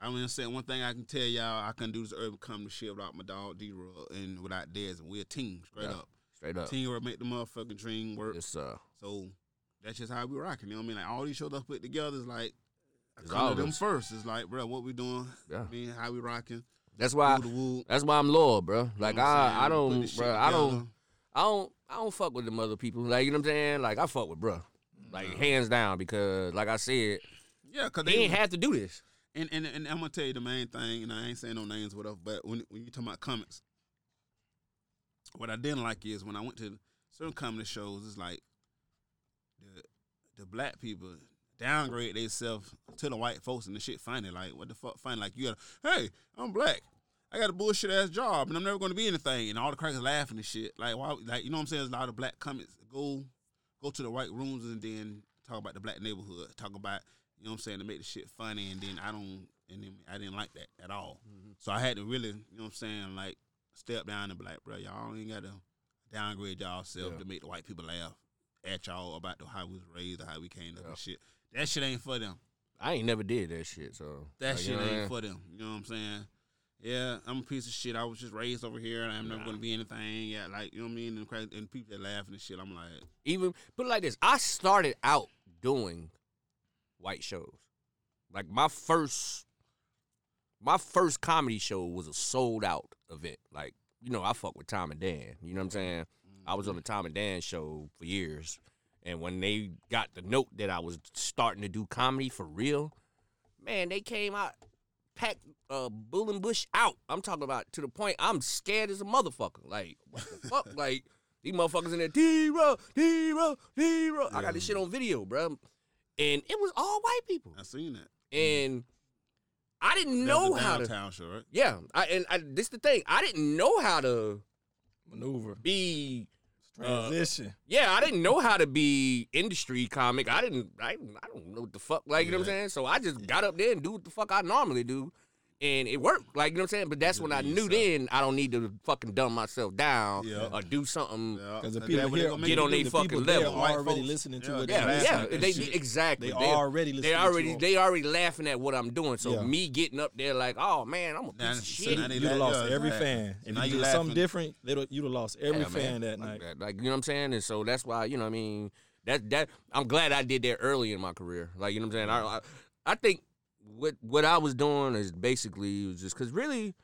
I: I'm gonna say one thing I can tell y'all, I couldn't do this urban comedy shit without my dog D Rub and without Dez and we're a team, straight
B: Yeah.
I: up.
B: straight up,
I: Team Rub make the motherfucking dream work.
B: it's uh,
I: So that's just how we rocking. You know what I mean? Like all these shows I put together is like I
B: It's
I: come to
B: all
I: them
B: us.
I: first. It's like, bro, what we doing?
B: Yeah.
I: I mean, how we rocking?
B: that's why,
I: Woo to woo.
B: that's why I'm loyal, bro. Like
I: You know what I'm saying?
B: I, I
I: We put this
B: don't,
I: shit
B: bro, I don't.
I: together.
B: I don't I don't fuck with them other people. Like you know what I'm saying? Like I fuck with bruh. Like hands down because like I said,
I: Yeah, cause
B: they
I: they
B: ain't have to do this.
I: and, and and I'm gonna tell you the main thing, and I ain't saying no names, whatever. But when when you talking about comics, what I didn't like is when I went to certain comedy shows, it's like the the black people downgrade themselves to the white folks and the shit funny. Like what the fuck funny? Like you got hey, I'm black. I got a bullshit ass job and I'm never gonna be anything and all the crackers laughing and shit. Like why like you know what I'm saying? There's a lot of black comics that go go to the white rooms and then talk about the black neighborhood, talk about you know what I'm saying, to make the shit funny and then I don't and then I didn't like that at all.
B: Mm-hmm.
I: So I had to really, you know what I'm saying, like step down and be like, bro, y'all ain't gotta downgrade y'all self
B: Yeah.
I: to make the white people laugh at y'all about the, how we was raised or how we came up and shit. That shit ain't for them.
B: I ain't never did that shit. So
I: That
B: like, you
I: shit
B: know what I mean?
I: ain't for them. You know what I'm saying? Yeah, I'm a piece of shit. I was just raised over here, and I'm never gonna be anything. Yeah, like you know what I mean. And, crack, and people that laughing and shit, I'm like,
B: even put it like this. I started out doing white shows. Like my first my first comedy show was a sold out event. Like, you know, I fuck with Tom and Dan. You know what I'm saying? I was on the Tom and Dan show for years. And when they got the note that I was starting to do comedy for real, man, they came out packed uh Bull and Bush out. I'm talking about to the point I'm scared as a motherfucker. Like, what the fuck? Like these motherfuckers in there, D-Ro, D-Ro, D-Ro. I got this shit on video, bro. And it was all white people.
I: I seen that.
B: And I didn't
I: That's
B: know
I: the
B: how to
I: downtown show, right?
B: Yeah. I and I this the thing. I didn't know how to
J: maneuver,
B: be
I: Uh,
J: transition.
B: yeah, I didn't know how to be industry comic. I didn't. I, I don't know what the fuck. Like you know what I'm
I: Yeah.
B: saying. So I just got up there and do what the fuck I normally do, and it worked. Like you know what I'm saying. But that's when I
I: be
B: knew
I: yourself.
B: then I don't need to fucking dumb myself down
I: Yeah.
B: or do something.
I: Yeah,
J: Because the
I: that
J: people
I: what they
J: here,
I: gonna
B: get
I: make
B: on
I: you
B: they
I: do.
J: the
B: fucking
J: people there
B: level.
J: are
I: White
J: already
I: folks.
J: listening to
I: Yeah,
J: what
I: they
J: you're
B: Yeah,
I: laugh
B: yeah.
I: at that
B: They
I: shit.
B: exactly.
J: They already
B: They
J: listening to
B: already.
J: you.
B: They already laughing at what I'm doing. So
J: Yeah.
B: me getting up there like, oh man, I'm a piece
I: Now-
B: of
I: so
B: shit.
I: now they
J: You'd have
I: laugh-
J: lost
I: yeah,
J: every
I: exactly.
J: fan.
I: So
J: If
I: now
J: you
I: you
J: did
I: laughing.
J: something different, they'd you'd have lost every
B: Yeah, man.
J: fan that
B: Like
J: night.
B: Like you know what I'm saying, and so that's why you know what I mean that that I'm glad I did that early in my career. Like you know what I'm saying. I I, I think what what I was doing is basically was just because really,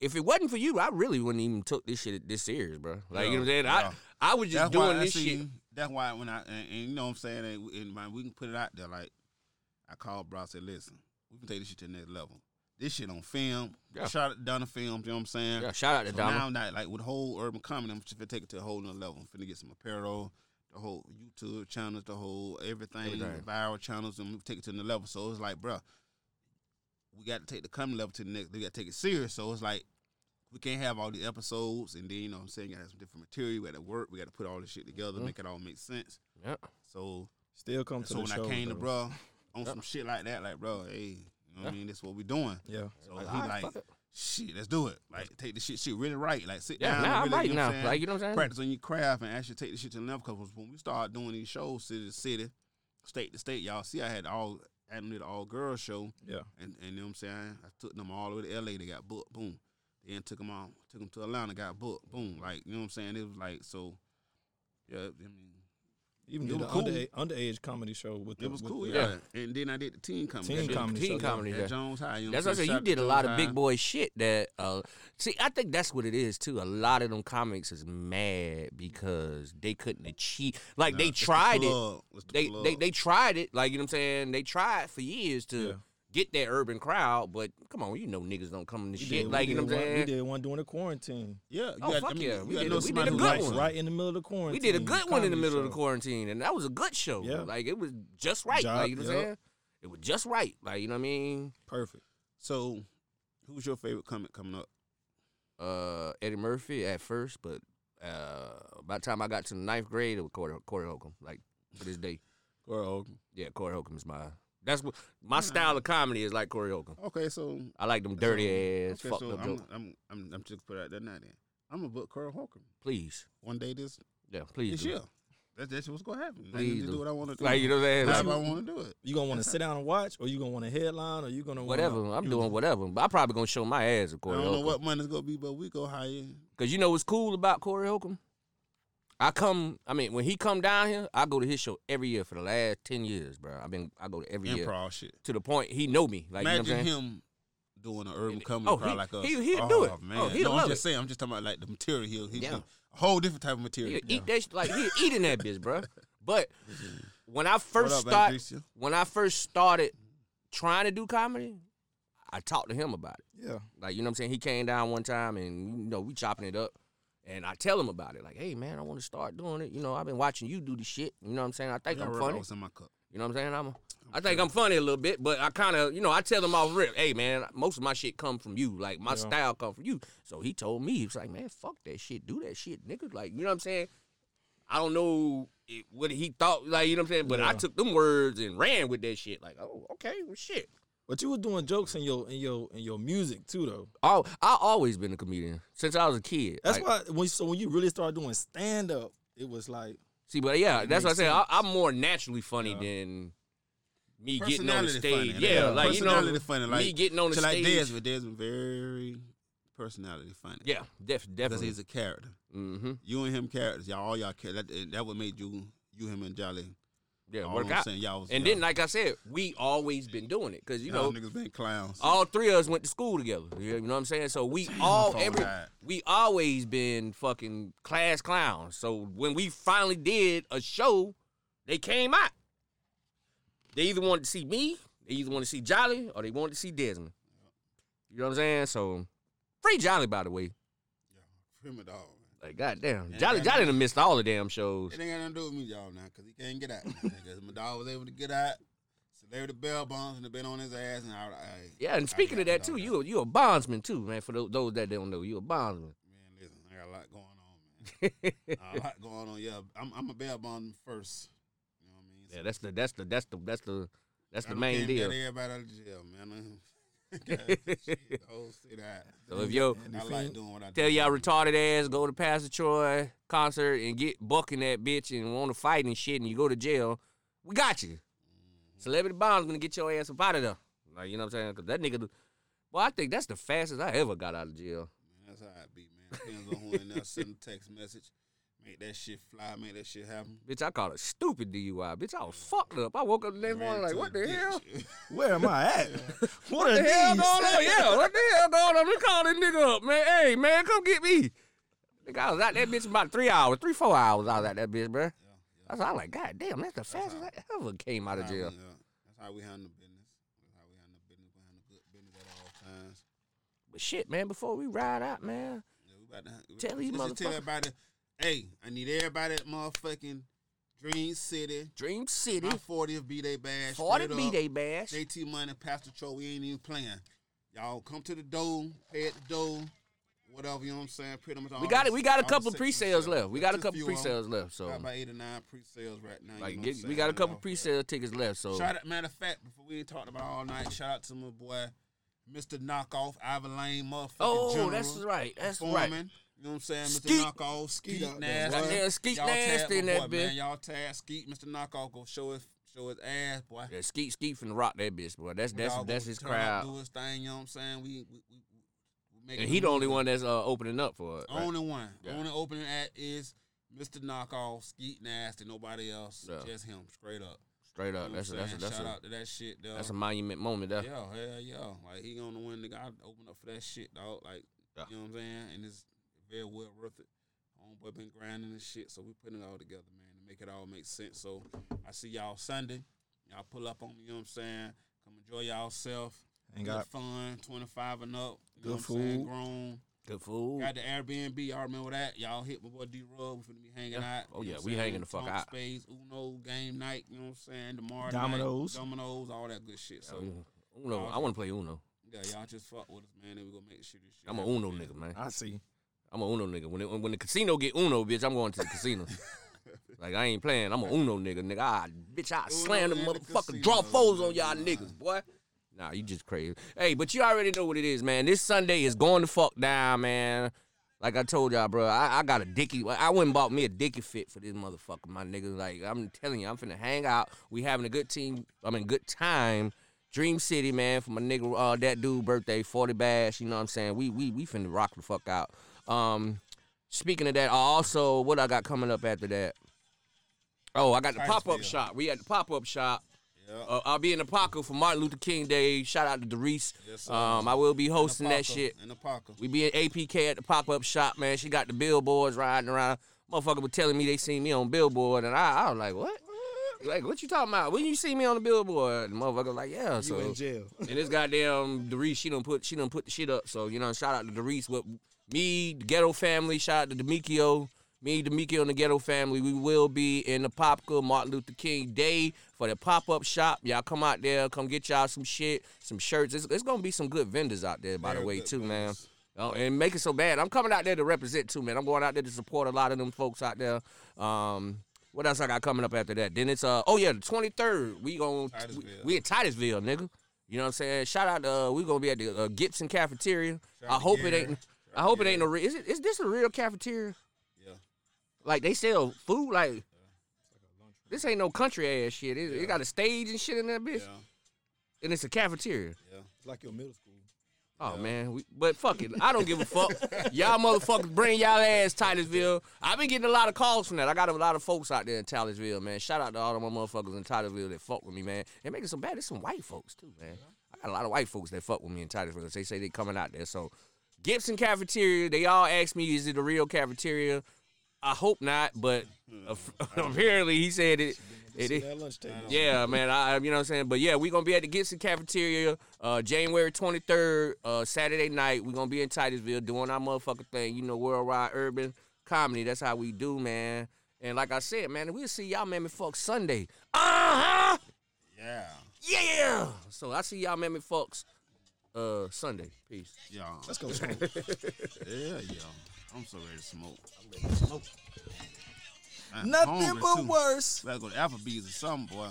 B: if it wasn't for you, I really wouldn't even took this shit this serious, bro. Like you know what I'm saying.
I: Yeah.
B: I I was just
I: That's why
B: doing
I: I
B: this
I: seen-
B: shit.
I: That's why when I and, and you know what I'm saying, and, and my, we can put it out there. Like I called bro, I said, listen, we can take this shit to the next level. this shit on film.
B: Yeah.
I: Shot it down the film, you know what I'm saying?
B: Yeah, shout out to
I: so
B: Donna.
I: now I'm not like with whole urban comedy, I'm just finna take it to a whole nother level. I'm finna get some apparel, the whole YouTube channels, the whole everything,
B: Everything.
I: The viral channels, and we take it to another level. So it's like, bruh, we got to take the comedy level to the next. We got to take it serious. So it's like we can't have all the episodes, and then you know what I'm saying, got some different material. We got to work. We got to put all this shit together, make it all make sense.
B: yeah.
I: So
J: Still Mm-hmm. come to
I: so
J: the
I: when
J: show.
I: I came to
J: though.
I: bro on some shit like that, like bro, hey, you know what I mean? This is what we doing.
J: Yeah.
I: So he like, shit, let's do it. Like take the shit, shit really right. Like sit
B: Yeah,
I: down.
B: nah,
I: and
B: I'm
I: really,
B: right
I: you know what
B: now.
I: I'm saying?
B: Like, you know what I'm saying?
I: Practice on your craft and actually take the shit to the level. Because when we start doing these shows, city to city, state to state, y'all see, I had all I did all girl show.
J: Yeah.
I: And, and you know what I'm saying? I took them all the way to LA. They got booked. Boom. Then took them all, took them to Atlanta. Got booked. Boom. Like you know what I'm saying? It was like so. Yeah, I mean,
J: Even
I: It
J: did
I: was
J: the
I: cool.
J: underage, underage comedy show with the,
I: it was
J: with
I: cool.
J: the-
I: Yeah. And then I did the teen comedy.
J: Teen
I: That shit-
J: comedy
B: Teen
J: show, yeah.
B: comedy.
I: At
B: yeah.
I: Jones High. You know
B: That's
I: what I'm
B: what I said.
I: saying?
B: You
I: Shout out
B: did
I: to
B: a lot
I: Jones
B: of big
I: High.
B: boy shit that uh see, I think that's what it is too. A lot of them comics is mad because they couldn't achieve like
I: Nah,
B: they
I: it's the
B: tried it.
I: plug. It's the
B: They,
I: plug.
B: they they tried it, like you know what I'm saying? They tried for years to
J: Yeah.
B: get that urban crowd, but come on, you know niggas don't come to
J: We
B: shit
J: did-
B: like
J: we
B: you know
J: did
B: what I'm
J: one-
B: saying?
J: We did one during the quarantine.
I: Yeah. You
B: Oh,
I: got,
B: fuck
I: I mean,
B: yeah, we
I: you got
B: did-
I: know
B: we did
I: somebody
B: a
I: who
B: good
I: writes
B: one.
I: something.
J: Right in the middle of the quarantine.
B: We did a good one in the
J: comedy
B: middle of the
J: show.
B: quarantine, and that was a good show.
J: Yeah.
B: Like it was just right.
J: Job-
B: like you know what I'm
J: yep.
B: saying? It was just right. Like you know what I mean?
J: Perfect.
I: So, who's your favorite comic coming up?
B: Uh, Eddie Murphy at first, but uh, by the time I got to the ninth grade, it was Corey, Corey Holcomb. Like to this day,
I: Corey Holcomb.
B: yeah, Corey Holcomb is my. That's what my style of comedy is like Corey Holcomb.
I: Okay, so
B: I like them dirty
I: so-
B: ass
I: okay,
B: fucked
I: so
B: up
I: I'm,
B: jokes.
I: I'm, I'm, I'm just put out that night. Then I'm gonna book Corey Holcomb
B: Please,
I: one day this
B: yeah, please.
I: this
B: do.
I: year. That's that's what's gonna happen. I
B: Please
I: need to
B: do.
I: do what I want to do.
B: Like you know what I'm
I: However
B: saying?
I: I
B: Like,
I: want to do it.
J: You gonna
B: [LAUGHS]
J: want to sit down and watch, or you gonna want to headline, or you gonna wanna-
B: whatever. I'm doing whatever. But I'm probably gonna show my ass at
I: I
B: Corey
I: don't know
B: Holcomb.
I: what money's gonna be, but we go higher.
B: Cause you know what's cool about Corey Holcomb? I come, I mean, when he come down here, I go to his show every year for the last ten years, bro. I've been, I go to every year
I: Improv shit.
B: to the point he know me. Like you know what
I: Imagine
B: I'm saying?
I: him doing an urban
B: And-
I: comedy
B: oh,
I: crowd
B: he-
I: like us.
B: he- he'll
I: oh,
B: do it.
I: Man.
B: Oh, he'll
I: no,
B: love
I: I'm just
B: it.
I: saying. I'm just talking about like the material. He'll, he'll
B: Yeah.
I: do a whole different type of material.
B: He'll eat that, sh- like he [LAUGHS] eating that bitch, bro. But when I first
I: up,
B: start,
I: Andresia?
B: when I first started trying to do comedy, I talked to him about it.
J: Yeah.
B: Like, you know what I'm saying? He came down one time and, you know, we chopping it up. And I tell him about it. Like, hey, man, I want to start doing it. You know, I've been watching you do the shit. You know what I'm saying? I think
I: Yeah, I
B: I'm
I: remember I
B: funny.
I: was in my cup.
B: You know what I'm saying? I'm, I think I'm funny a little bit, but I kind of, you know, I tell them off rip, hey man, most of my shit come from you. Like my style come from you. So he told me, he was like, man, fuck that shit, do that shit, nigga. Like, you know what I'm saying? I don't know it, what he thought, like, you know what I'm saying? But I took them words and ran with that shit. Like, oh, okay, well, shit.
J: But you was doing jokes in your in your in your music too, though.
B: Oh, I always been a comedian since I was a kid.
J: That's
B: Like,
J: why when so when you really started doing stand up, it was like
B: See, but yeah, that's what I
J: makes
B: said. I, I'm more naturally funny than me getting on the
I: Personality
B: stage.
I: funny,
B: yeah, like you know,
I: personality funny, like
B: me getting on the
I: so Like
B: stage.
I: Desmond, Desmond very personality funny.
B: yeah, def-
I: because
B: definitely.
I: he's a character.
B: mm-hmm.
I: You and him characters, y'all, all y'all characters. That, that what made you, you, him, and Jolly.
B: Yeah,
I: All
B: work
I: I'm
B: out.
I: saying, y'all was-
B: and
I: y'all-
B: then, like I said, we always been doing it because you
I: Y'all
B: know
I: niggas been clowns.
B: all three of us went to school together. You know what I'm saying? So we all
I: phone
B: every
I: died.
B: we always been fucking class clowns. So when we finally did a show, they came out. They either wanted to see me, they either wanted to see Jolly, or they wanted to see Desmond. You know what I'm saying? So free Jolly, by the way.
I: him and all.
B: Like goddamn,
I: Yeah,
B: Jolly
I: I
B: Jolly done missed all the damn shows.
I: It ain't got nothing to do with me, y'all, now, because he can't get
B: [LAUGHS]
I: out. Because my dog was able to get out. Celebrity bell bonds and have been on his ass. And I, I,
B: Yeah, and
I: I
B: speaking of
I: got my dog
B: that too,
I: out.
B: you a, you a bondsman too, man. For tho- those that don't know, you a bondsman. [LAUGHS]
I: Man, listen, I got a lot going on, man. a lot going on. Yeah, I'm, I'm a bail bond first. You know what I mean?
B: Yeah, that's the that's the that's the that's the that's
I: I
B: the
I: done
B: main
I: came
B: deal.
I: Got everybody out of jail, man. [LAUGHS] God, shit, the whole city out.
B: So if yo
I: I like doing what I
B: tell
I: do.
B: y'all retarded ass go to Pastor Troy concert and get bucking that bitch and want to fight and shit and you go to jail, we got you. Celebrity Bond's gonna get your ass up out of there. Like you know what I'm saying? Cause that nigga, do- well, I think that's the fastest I ever got out of jail.
I: That's how it be, man. Depends on who in there. Send a text message. Make that shit fly. Make that shit happen.
B: Bitch, I caught a stupid DUI. Bitch, I was fucked up. I woke up the next morning like, what the hell?
I: [LAUGHS]
J: where am I at?
B: [LAUGHS]
J: what
B: What
J: are
B: the hell
J: these?
B: going on? Yeah, what the hell going on? Let me call this nigga up, man. Hey, man, come get me. Nigga, I was out that bitch about three hours, three, four hours. I was out that bitch, bruh. I was I was like, God damn, that's the fastest I ever came out of
I: That's how we-
B: jail.
I: yeah. That's how we handle business. That's how we handle business. We handle good business at all
B: But shit, man, before we ride out, man,
I: Yeah, we about to- we-
B: Tell these
I: listen, Tell
B: motherfuckers.
I: everybody, hey, I need everybody at motherfucking Dream City.
B: Dream City,
I: My 40th B-Day bash.
B: 40
I: straight
B: B
I: up.
B: Day Bash.
I: JT Money, Pastor Cho, we ain't even playing. Y'all come to the door, pay at the door, whatever, you know what I'm saying? Pretty much all
B: We got it. We got a couple
I: of
B: pre-sales left. We got a couple pre-sales left. So
I: About eight or nine pre-sales right now. you know
B: like,
I: what
B: get,
I: I'm
B: we
I: saying?
B: got a
I: Right
B: couple
I: now.
B: pre-sale tickets left. So
I: Shout out, matter of fact, before we ain't talked about all night, shout out to my boy, Mr. Knockoff, Ivan Lane, motherfucking
B: oh,
I: General,
B: that's right. That's
I: performing.
B: right.
I: You know what I'm saying? Mr.
B: Skeet.
I: Knockoff, Skeet,
E: Skeet out there,
I: Nasty.
B: boy. Yeah, Skeet
I: Y'all tag
B: Nasty
I: my
B: in that
I: boy,
B: bitch.
I: Man. Y'all tag Skeet, Mr. Knockoff, go show his, show his ass, boy.
B: Yeah, Skeet Skeet from the Rock that bitch, boy. That's
I: We
B: that's
I: all
B: that's
I: gonna
B: his
I: turn up,
B: crowd,
I: Do his thing, you know what I'm saying? We, we, we, we make
B: and he the only one that's uh, opening up for it. right?
I: Only one.
B: Yeah.
I: Only opening act is Mr. Knockoff, Skeet Nasty, nobody else,
B: Yeah.
I: just him, straight up.
B: Straight
I: You know
B: up,
I: what
B: that's a,
I: I'm
B: that's a,
I: saying?
B: that's
I: Shout
B: a
I: out to that shit, dog.
B: that's a monument moment. There.
I: yeah, hell yeah. Like he gonna win, nigga. I open up for that shit, dog. Like
B: Yeah.
I: you know what I'm saying? And it's very well worth it. Homeboy been grinding and shit, so we putting it all together, man, to make it all make sense. So I see y'all Sunday. Y'all pull up on me, you know what I'm saying? Come enjoy y'allself.
J: Ain't
I: Good
J: got
I: fun, 25 and up. You
J: Good
I: know what I'm saying?
J: food.
I: Grown.
B: Good food.
I: Got the Airbnb. Y'all remember that? Y'all hit my boy D Rub. We finna be hanging
B: Yeah.
I: out.
B: Oh,
I: you
B: yeah,
I: know what
B: we
I: I'm
B: hanging
I: saying?
B: the fuck
I: Talk
B: out.
I: Spades, Uno, game night. You know what I'm saying? Tomorrow
J: Dominoes.
I: Night, dominoes, all that good shit. So,
B: Uno, I want to play Uno.
I: yeah, y'all just fuck with us, man. And we gonna make sure this shit.
B: I'm a
I: happen,
B: Uno
I: man.
B: nigga, man.
J: I see.
B: I'm a Uno nigga. When it, when the casino get Uno, bitch, I'm going to the casino. like I ain't playing. I'm a Uno nigga, nigga. I, bitch, I slam the
I: in the
B: motherfucker,
I: casino,
B: draw foes on y'all
I: man.
B: niggas, boy. Nah, you just crazy. Hey, but you already know what it is, man. This Sunday is going to fuck down, man. Like I told y'all, bro, I, I got a dicky. I went and bought me a dicky fit for this motherfucker, my nigga. Like I'm telling you, I'm finna hang out. We having a good team. I mean, good time. Dream City, man, for my nigga, uh, that dude birthday, 40 bash. You know what I'm saying? We we we finna rock the fuck out. Um, speaking of that, I also what I got coming up after that. Oh, I got the pop up
I: Titusville.
B: shop. We at the pop up shop.
I: Yeah.
B: Uh, I'll be in the Paco for Martin Luther King Day. Shout out to Derice.
I: Yes, sir.
B: um, I will be
I: In the
B: hosting that
I: Parker,
B: shit.
I: In the Parker.
B: We be at APK at the pop up shop, man. She got the billboards riding around. Motherfucker was telling me they seen me on billboard, and I, I was like, what? Like, what you talking about? When you see me on the billboard? And motherfucker was like, yeah. So
E: in jail.
B: and this goddamn Derice, she done put she done put the shit up. So you know, shout out to Derice with me, the Ghetto family. Shout out to Demikio, me, Demikio, and the Ghetto family. We will be in the Popka Martin Luther King Day for the pop up shop. Y'all come out there, come get y'all some shit, some shirts. It's, it's gonna be some good vendors out there, by the
I: Very
B: way,
I: good
B: too, man.
I: vendors.
B: Oh, and make it so bad. I'm coming out there to represent too, man. I'm going out there to support a lot of them folks out there. Um, what else I got coming up after that? Then it's uh oh yeah, the 23rd. We going we,
I: Titusville.
B: we in Titusville, nigga. You know what I'm saying? Shout out to uh, we gonna be at the uh, Gibson cafeteria.
I: Shout
B: I
I: out to
B: hope it
I: Gary.
B: ain't.
I: Shout
B: I
I: out
B: hope
I: to
B: it ain't no.
I: Gary.
B: Re- is it? Is this a real cafeteria?
I: Yeah.
B: Like they sell food. Like this ain't no country ass shit. It, it
I: Yeah.
B: got a stage and shit in that
I: Yeah.
B: bitch, and it's a cafeteria.
I: Yeah.
E: It's like your middle school.
B: Oh man, we, but fuck it, I don't give a fuck. y'all motherfuckers bring y'all ass Titusville. I've been getting a lot of calls from that. I got a lot of folks out there in Titusville, man. Shout out to all of my motherfuckers in Titusville that fuck with me, man. They making some bad. There's some white folks too, man. I got a lot of white folks that fuck with me in Titusville. They say they coming out there. So Gibson Cafeteria, they all asked me, is it a real cafeteria? I hope not, but [LAUGHS] apparently he said it. It is.
E: That lunch table.
B: Yeah, man. I, you know what I'm saying? But yeah, we're going to be at the Gibson Cafeteria uh, January 23rd, uh, Saturday night. We're going to be in Titusville doing our motherfucking thing. You know, worldwide urban comedy. That's how we do, man. And like I said, man, we'll see y'all, man, fuck Sunday. Uh huh.
I: Yeah.
B: Yeah. So I see y'all, man, fucks uh, Sunday. Peace.
I: Yeah. [LAUGHS]
E: Let's go smoke.
I: Yeah, yeah. I'm so ready to smoke. I'm
J: Nothing
I: hungry,
J: but
I: too.
J: worse.
I: Gotta go to Applebee's or something, boy.